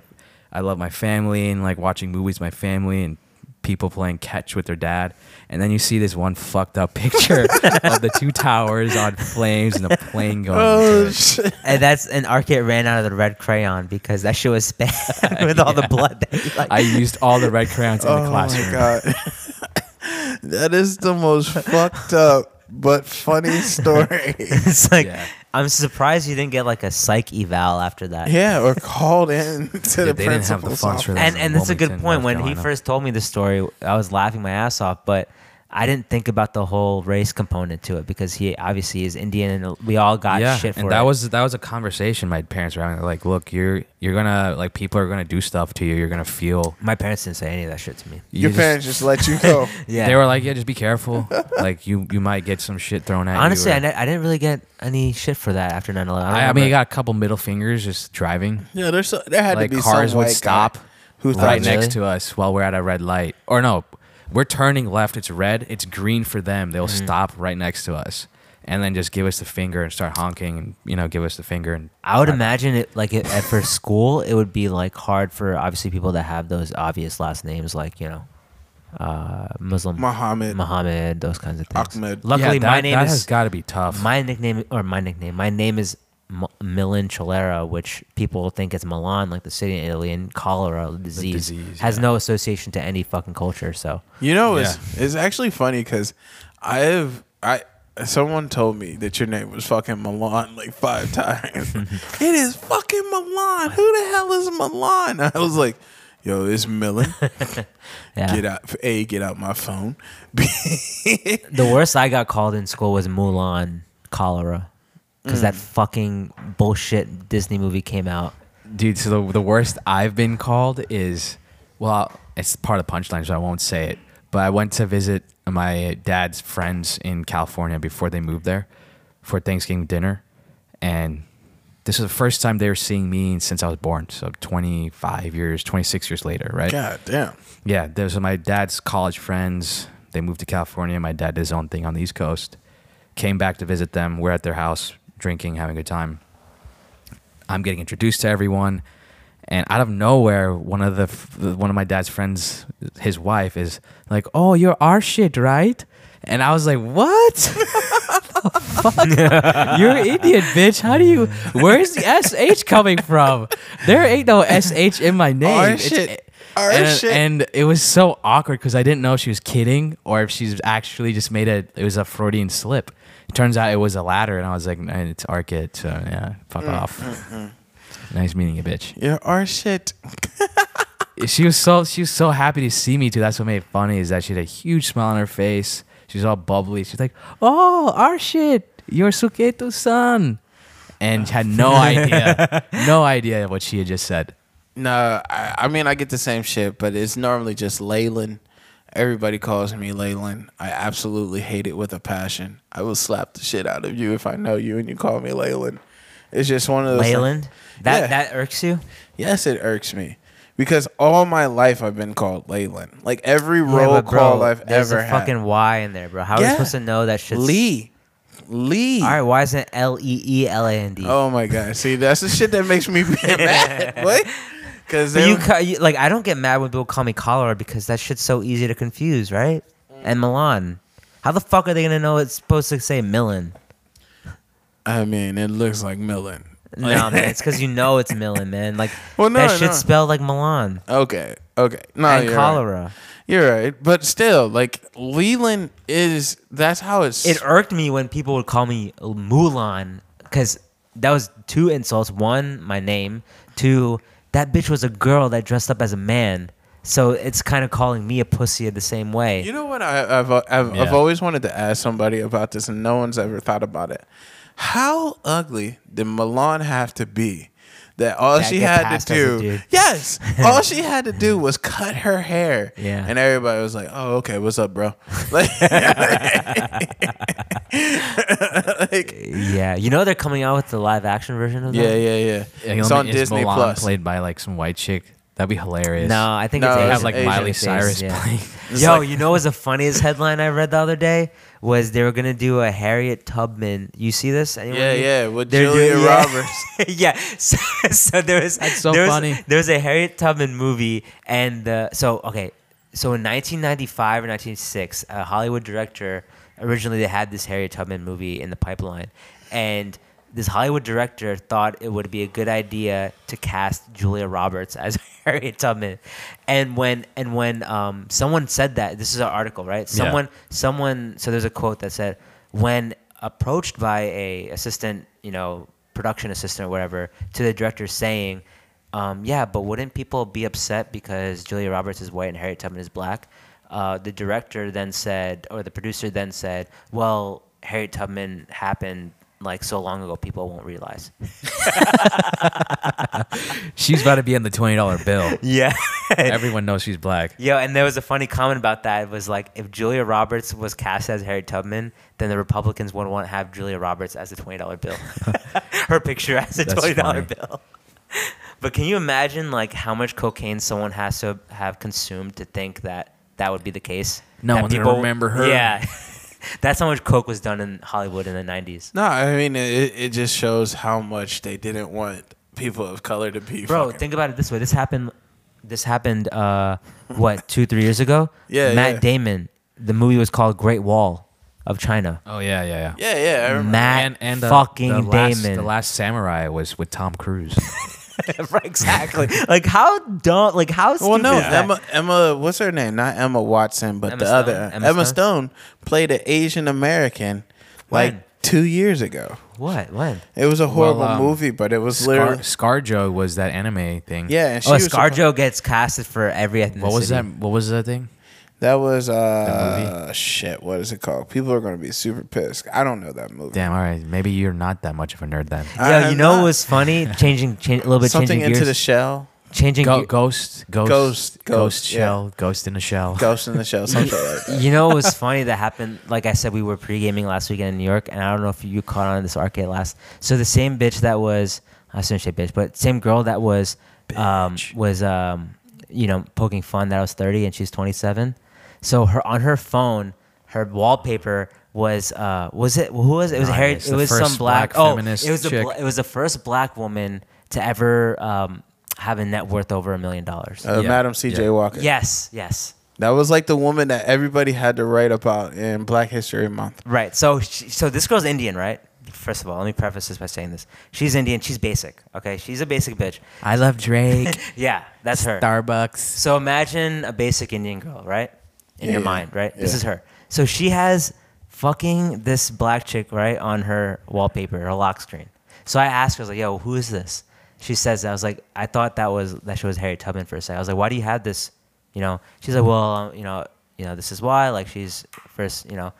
Speaker 3: I love my family and like watching movies, with my family and people playing catch with their dad. And then you see this one fucked up picture of the two towers on flames and a plane going. into
Speaker 4: Oh
Speaker 3: it.
Speaker 4: shit.
Speaker 2: and that's and Arkit ran out of the red crayon because that shit was spent with all the blood that he, like
Speaker 3: I used all the red crayons in the
Speaker 4: Oh
Speaker 3: classroom.
Speaker 4: my god. that is the most fucked up but funny story.
Speaker 2: it's like
Speaker 3: Yeah.
Speaker 2: I'm surprised you didn't get like a psych eval after that
Speaker 4: yeah, or called in to the
Speaker 3: they didn't have the
Speaker 4: principal's
Speaker 3: funds for
Speaker 4: office.
Speaker 3: that.
Speaker 2: and
Speaker 3: in
Speaker 2: and that's a good
Speaker 3: Wilmington,
Speaker 2: point
Speaker 3: North
Speaker 2: when he
Speaker 3: Carolina.
Speaker 2: first told me the story I was laughing my ass off but I didn't think about the whole race component to it because he obviously is Indian and we all got shit for
Speaker 3: and that
Speaker 2: it.
Speaker 3: was that was a conversation my parents were having. They're Like, look, you're you're gonna like people are gonna do stuff to you. You're gonna feel.
Speaker 2: my parents didn't say any of that shit to me.
Speaker 3: you
Speaker 4: Your
Speaker 3: just-
Speaker 4: parents just let you go.
Speaker 2: Yeah.
Speaker 3: They were like, yeah, just be careful. like you you might get some shit thrown at
Speaker 2: Honestly,
Speaker 3: you.
Speaker 2: I, ne- I didn't really get any shit for that after 9 11.
Speaker 3: I, I mean, you got a couple middle fingers just driving
Speaker 4: Yeah, there's so, there had
Speaker 3: Like,
Speaker 4: to be
Speaker 3: cars
Speaker 4: some
Speaker 3: would
Speaker 4: white guy
Speaker 3: stop
Speaker 4: who thought
Speaker 3: right
Speaker 4: that-
Speaker 3: next to us while we're at a red light. Or no, we're turning left. It's red. It's green for them. They'll
Speaker 2: Mm-hmm.
Speaker 3: stop right next to us. And then just give us the finger and start honking, and you know, give us the finger. And
Speaker 2: I would imagine it like it, at for school, it would be like hard for obviously people that have those obvious last names, like you know, uh, Muslim
Speaker 4: Muhammad.
Speaker 2: Muhammad, those kinds of things.
Speaker 4: Ahmed.
Speaker 2: Luckily,
Speaker 3: Yeah, that,
Speaker 2: my name
Speaker 3: that
Speaker 2: is
Speaker 3: has got to be tough.
Speaker 2: my nickname or my nickname. My name is M- Milan Cholera, which people think it's Milan, like the city in Italy, and cholera, the disease,
Speaker 3: disease,
Speaker 2: has no association to any fucking culture. So
Speaker 4: You know, it's it's actually funny because I have I someone told me that your name was fucking Milan like five times. it is fucking Milan. Who the hell is Milan? I was like, yo, it's Millen.
Speaker 2: yeah.
Speaker 4: Get out A, get out my phone. B
Speaker 2: The worst I got called in school was Mulan cholera because
Speaker 4: Mm.
Speaker 2: that fucking bullshit Disney movie came out.
Speaker 3: Dude, so the, the worst I've been called is, well, it's part of the punchline, so I won't say it. But I went to visit my dad's friends in California before they moved there for Thanksgiving dinner. And this is the first time they were seeing me since I was born. So 25 years, 26 years later, right?
Speaker 4: God damn.
Speaker 3: Yeah, those are my dad's college friends. They moved to California. My dad did his own thing on the East Coast. Came back to visit them. We're at their house drinking, having a good time. I'm getting introduced to everyone, and out of nowhere, one of the f- one of my dad's friends, his wife, is like, "Oh, you're our shit, right?" And I was like, "What?" You're Indian, bitch. How do you? Where's the sh coming from? There ain't no sh in my name.
Speaker 4: Our
Speaker 3: It's-
Speaker 4: shit. Our
Speaker 3: and,
Speaker 4: shit.
Speaker 3: and it was so awkward because I didn't know if she was kidding or if she's actually just made a. It was a Freudian slip. It turns out it was a ladder, and I was like, "Nah, "It's Arkit, so yeah, fuck off." Nice meeting you, bitch.
Speaker 4: You're our shit.
Speaker 3: She was so she was so happy to see me too. That's what made it funny is that she had a huge smile on her face. She's all bubbly. She's like, "Oh, our shit, you're Suketu san," and had no idea, no idea what she had just said.
Speaker 4: No, I, I mean I get the same shit, but it's normally just Leyland Everybody calls me Leyland. I absolutely hate it with a passion. I will slap the shit out of you if I know you and you call me Leyland. It's just one of those.
Speaker 2: Leyland. That
Speaker 4: Yeah.
Speaker 2: that irks you.
Speaker 4: Yes, it irks me because all my life I've been called Leyland. Like every
Speaker 2: Yeah,
Speaker 4: roll
Speaker 2: but bro,
Speaker 4: call I've
Speaker 2: there's
Speaker 4: ever
Speaker 2: a
Speaker 4: had.
Speaker 2: fucking Y in there, bro. How are
Speaker 4: Yeah.
Speaker 2: we supposed to know that shit's
Speaker 4: Lee, Lee.
Speaker 2: All right, why isn't it L E E L A N D?
Speaker 4: Oh my god! See, that's the shit that makes me mad. what? Because
Speaker 2: But you, ca- you like I don't get mad when people call me cholera because that shit's so easy to confuse, right?
Speaker 4: Mm.
Speaker 2: And Milan, how the fuck are they gonna know it's supposed to say Milan?
Speaker 4: I mean, it looks like Millen.
Speaker 2: No, man, it's because you know it's Milan, man. Like
Speaker 4: Well, no,
Speaker 2: that shit's
Speaker 4: no.
Speaker 2: spelled like Milan
Speaker 4: Okay. Okay. No,
Speaker 2: and
Speaker 4: you're Right.
Speaker 2: cholera.
Speaker 4: You're right, but still, like Leland is. That's how it's.
Speaker 2: It irked me when people would call me Mulan because that was two insults: one, my name; two, that bitch was a girl that dressed up as a man. So it's kind of calling me a pussy the same way.
Speaker 4: you know what? I, I've I've, I've
Speaker 3: Yeah.
Speaker 4: always wanted to ask somebody about this, and no one's ever thought about it. How ugly did Milan have to be? That all
Speaker 2: That
Speaker 4: she
Speaker 2: get
Speaker 4: had
Speaker 2: passed
Speaker 4: to
Speaker 2: as a
Speaker 4: do,
Speaker 2: dude.
Speaker 4: yes, all she had to do was cut her hair,
Speaker 2: Yeah.
Speaker 4: and everybody was like, "Oh, okay, what's up, bro?" Like, like
Speaker 2: Yeah, you know they're coming out with the live action version of that.
Speaker 4: yeah, yeah, yeah.
Speaker 3: Like,
Speaker 4: it's
Speaker 3: let
Speaker 4: on
Speaker 3: me- is
Speaker 4: Disney
Speaker 3: Milan
Speaker 4: Plus.
Speaker 3: Played by like some white chick. That'd be hilarious.
Speaker 2: No, I think
Speaker 4: No,
Speaker 2: it's
Speaker 4: they
Speaker 3: They
Speaker 2: Asian.
Speaker 3: have like
Speaker 4: Asian
Speaker 3: Miley
Speaker 2: faces,
Speaker 3: Cyrus
Speaker 2: yeah.
Speaker 3: playing.
Speaker 4: It's
Speaker 2: Yo,
Speaker 4: like-
Speaker 2: you know what was the funniest headline I read the other day was they were gonna do a Harriet Tubman. You see this? Anyone
Speaker 4: Yeah,
Speaker 2: you-
Speaker 4: yeah, with
Speaker 2: They're
Speaker 4: Julia
Speaker 2: doing- yeah.
Speaker 4: Roberts.
Speaker 2: yeah. So, so there was
Speaker 3: That's so
Speaker 2: there was,
Speaker 3: funny.
Speaker 2: There was a Harriet Tubman movie, and uh, so okay, so in 1995 or 1996, a Hollywood director originally they had this Harriet Tubman movie in the pipeline, and this Hollywood director thought it would be a good idea to cast Julia Roberts as Harriet Tubman, and when and when um, someone said that this is an article right,
Speaker 3: Yeah.
Speaker 2: someone someone so there's a quote that said when approached by a assistant you know production assistant or whatever to the director saying um, yeah but wouldn't people be upset because julia roberts is white and harriet tubman is black uh, the director then said or the producer then said well harriet tubman happened like so long ago people won't realize
Speaker 3: She's about to be on the twenty dollar bill.
Speaker 2: yeah
Speaker 3: Everyone knows she's black.
Speaker 2: Yeah, and there was a funny comment about that. It was like if Julia Roberts was cast as Harriet Tubman, then the Republicans would want to have Julia Roberts as a twenty dollar bill. Her picture as a
Speaker 3: That's
Speaker 2: twenty dollar
Speaker 3: funny.
Speaker 2: bill. But can you imagine like how much cocaine someone has to have consumed to think that that would be the case?
Speaker 3: No
Speaker 2: that
Speaker 3: one's gonna remember her.
Speaker 2: Yeah, that's how much coke was done in Hollywood in the nineties.
Speaker 4: No, I mean it, it just shows how much they didn't want people of color to be.
Speaker 2: Bro,
Speaker 4: fucking-
Speaker 2: think about it this way. This happened. This happened. Uh, what two, three years ago?
Speaker 4: Yeah,
Speaker 2: Matt
Speaker 4: yeah.
Speaker 2: Damon. The movie was called Great Wall of China.
Speaker 3: Oh yeah, yeah, yeah.
Speaker 4: yeah, yeah, I remember.
Speaker 2: Matt
Speaker 3: And and uh,
Speaker 2: fucking
Speaker 3: the last,
Speaker 2: Damon.
Speaker 3: The last samurai was with Tom Cruise.
Speaker 2: Right, exactly. like how dumb. Like how stupid.
Speaker 4: Well, no,
Speaker 2: is that?
Speaker 4: Emma, Emma, what's her name? Not Emma Watson, but
Speaker 2: Emma
Speaker 4: the
Speaker 2: Stone?
Speaker 4: other
Speaker 2: Emma
Speaker 4: Emma, Stone? played an Asian American like
Speaker 2: When?
Speaker 4: two years ago.
Speaker 2: What? When?
Speaker 4: It was a horrible
Speaker 3: um,
Speaker 4: movie, but it was
Speaker 3: Scar-
Speaker 4: literally
Speaker 3: ScarJo was that anime thing.
Speaker 4: yeah. And she
Speaker 2: oh,
Speaker 4: was
Speaker 2: ScarJo
Speaker 4: supposed-
Speaker 2: gets casted for every ethnicity.
Speaker 3: What was that? What was that thing?
Speaker 4: That was uh
Speaker 3: That movie?
Speaker 4: shit. What is it called? People are gonna be super pissed. I don't know that movie.
Speaker 3: Damn. All right. Maybe you're not that much of a nerd then.
Speaker 4: I
Speaker 2: Yo, you
Speaker 4: am
Speaker 2: know
Speaker 4: not.
Speaker 2: what was funny? Changing, change, a little bit.
Speaker 4: something
Speaker 2: changing
Speaker 4: into
Speaker 2: gears.
Speaker 4: the shell.
Speaker 2: changing.
Speaker 3: Go-
Speaker 2: gear-
Speaker 3: ghost, ghost,
Speaker 4: Ghost,
Speaker 3: ghost,
Speaker 4: ghost, yeah.
Speaker 3: shell, ghost in a shell.
Speaker 4: Ghost in the Shell, something like that.
Speaker 2: you know what was funny that happened? Like I said, we were pre gaming last weekend in New York, and I don't know if you caught on to this arcade last. So the same bitch that was I shouldn't say bitch, but same girl that was um, was um, you know poking fun that I was thirty and she's twenty seven. So her on her phone, her wallpaper was uh was it who was it, it was
Speaker 3: No,
Speaker 2: Harry
Speaker 3: it's
Speaker 2: it
Speaker 3: the
Speaker 2: was some
Speaker 3: first
Speaker 2: black,
Speaker 3: black
Speaker 2: oh
Speaker 3: feminist
Speaker 2: it was a
Speaker 3: chick.
Speaker 2: bla- it was the first black woman to ever um, have a net worth over a million dollars.
Speaker 4: Uh,
Speaker 3: Yeah,
Speaker 4: Madam C.J.
Speaker 3: yeah.
Speaker 4: Walker.
Speaker 2: Yes, yes.
Speaker 4: That was like the woman that everybody had to write about in Black History Month.
Speaker 2: Right. So she, so this girl's Indian, right? First of all, let me preface this by saying this: she's Indian. She's basic. Okay, she's a basic bitch.
Speaker 3: I love Drake.
Speaker 2: Yeah, that's her.
Speaker 3: Starbucks.
Speaker 2: So imagine a basic Indian girl, right? In your
Speaker 4: Yeah.
Speaker 2: mind, right? This
Speaker 4: Yeah.
Speaker 2: is her. So she has fucking this black chick right on her wallpaper, her lock screen. So I asked her, I was like, "Yo, who is this?" She says, "I was like, I thought that was that she was Harriet Tubman for a second. I was like, why do you have this? You know?" She's like, "Well, um, you know, you know, this is why. Like, she's first, you know."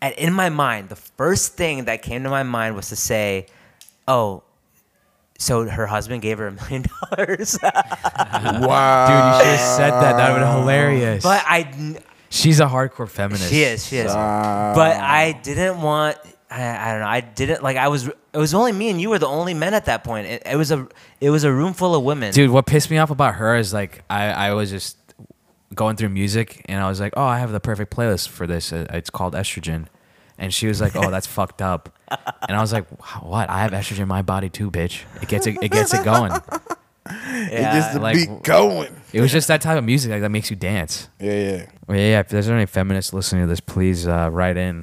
Speaker 2: And in my mind, the first thing that came to my mind was to say, "Oh." So her husband gave her a million dollars.
Speaker 4: Wow.
Speaker 3: Uh, Dude, you should have said that. That would have been hilarious.
Speaker 2: But I,
Speaker 3: She's a hardcore feminist.
Speaker 2: She is. She is. but I didn't want. I, I don't know. I didn't like. I was. It was only me and you were the only men at that point. It, it was a. It was a room full of women.
Speaker 3: Dude, what pissed me off about her is like I, I was just going through music and I was like, oh, I have the perfect playlist for this. Uh, It's called Estrogen. And she was like, oh, that's fucked up. And I was like, "Wh- what? I have estrogen in my body too, bitch. It gets it, it gets it going.
Speaker 2: Yeah,
Speaker 4: gets the
Speaker 3: like-
Speaker 4: beat going.
Speaker 3: It was just that type of music like, that makes you dance.
Speaker 4: Yeah, yeah.
Speaker 3: Well, yeah, yeah, if there's any feminists listening to this, please uh, write in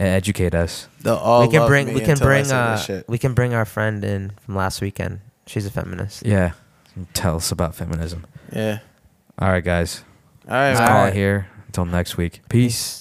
Speaker 3: and educate us.
Speaker 4: The all
Speaker 2: we can
Speaker 4: love
Speaker 2: bring.
Speaker 4: me
Speaker 2: We can
Speaker 4: until I
Speaker 2: bring.
Speaker 4: say this
Speaker 2: Uh,
Speaker 4: shit.
Speaker 2: we can bring our friend in from last weekend. She's a feminist.
Speaker 3: Yeah. Tell us about feminism.
Speaker 4: yeah.
Speaker 3: All right, guys.
Speaker 4: All right,
Speaker 3: Let's
Speaker 4: man.
Speaker 3: call
Speaker 2: All right.
Speaker 3: it here. Until next week. Peace.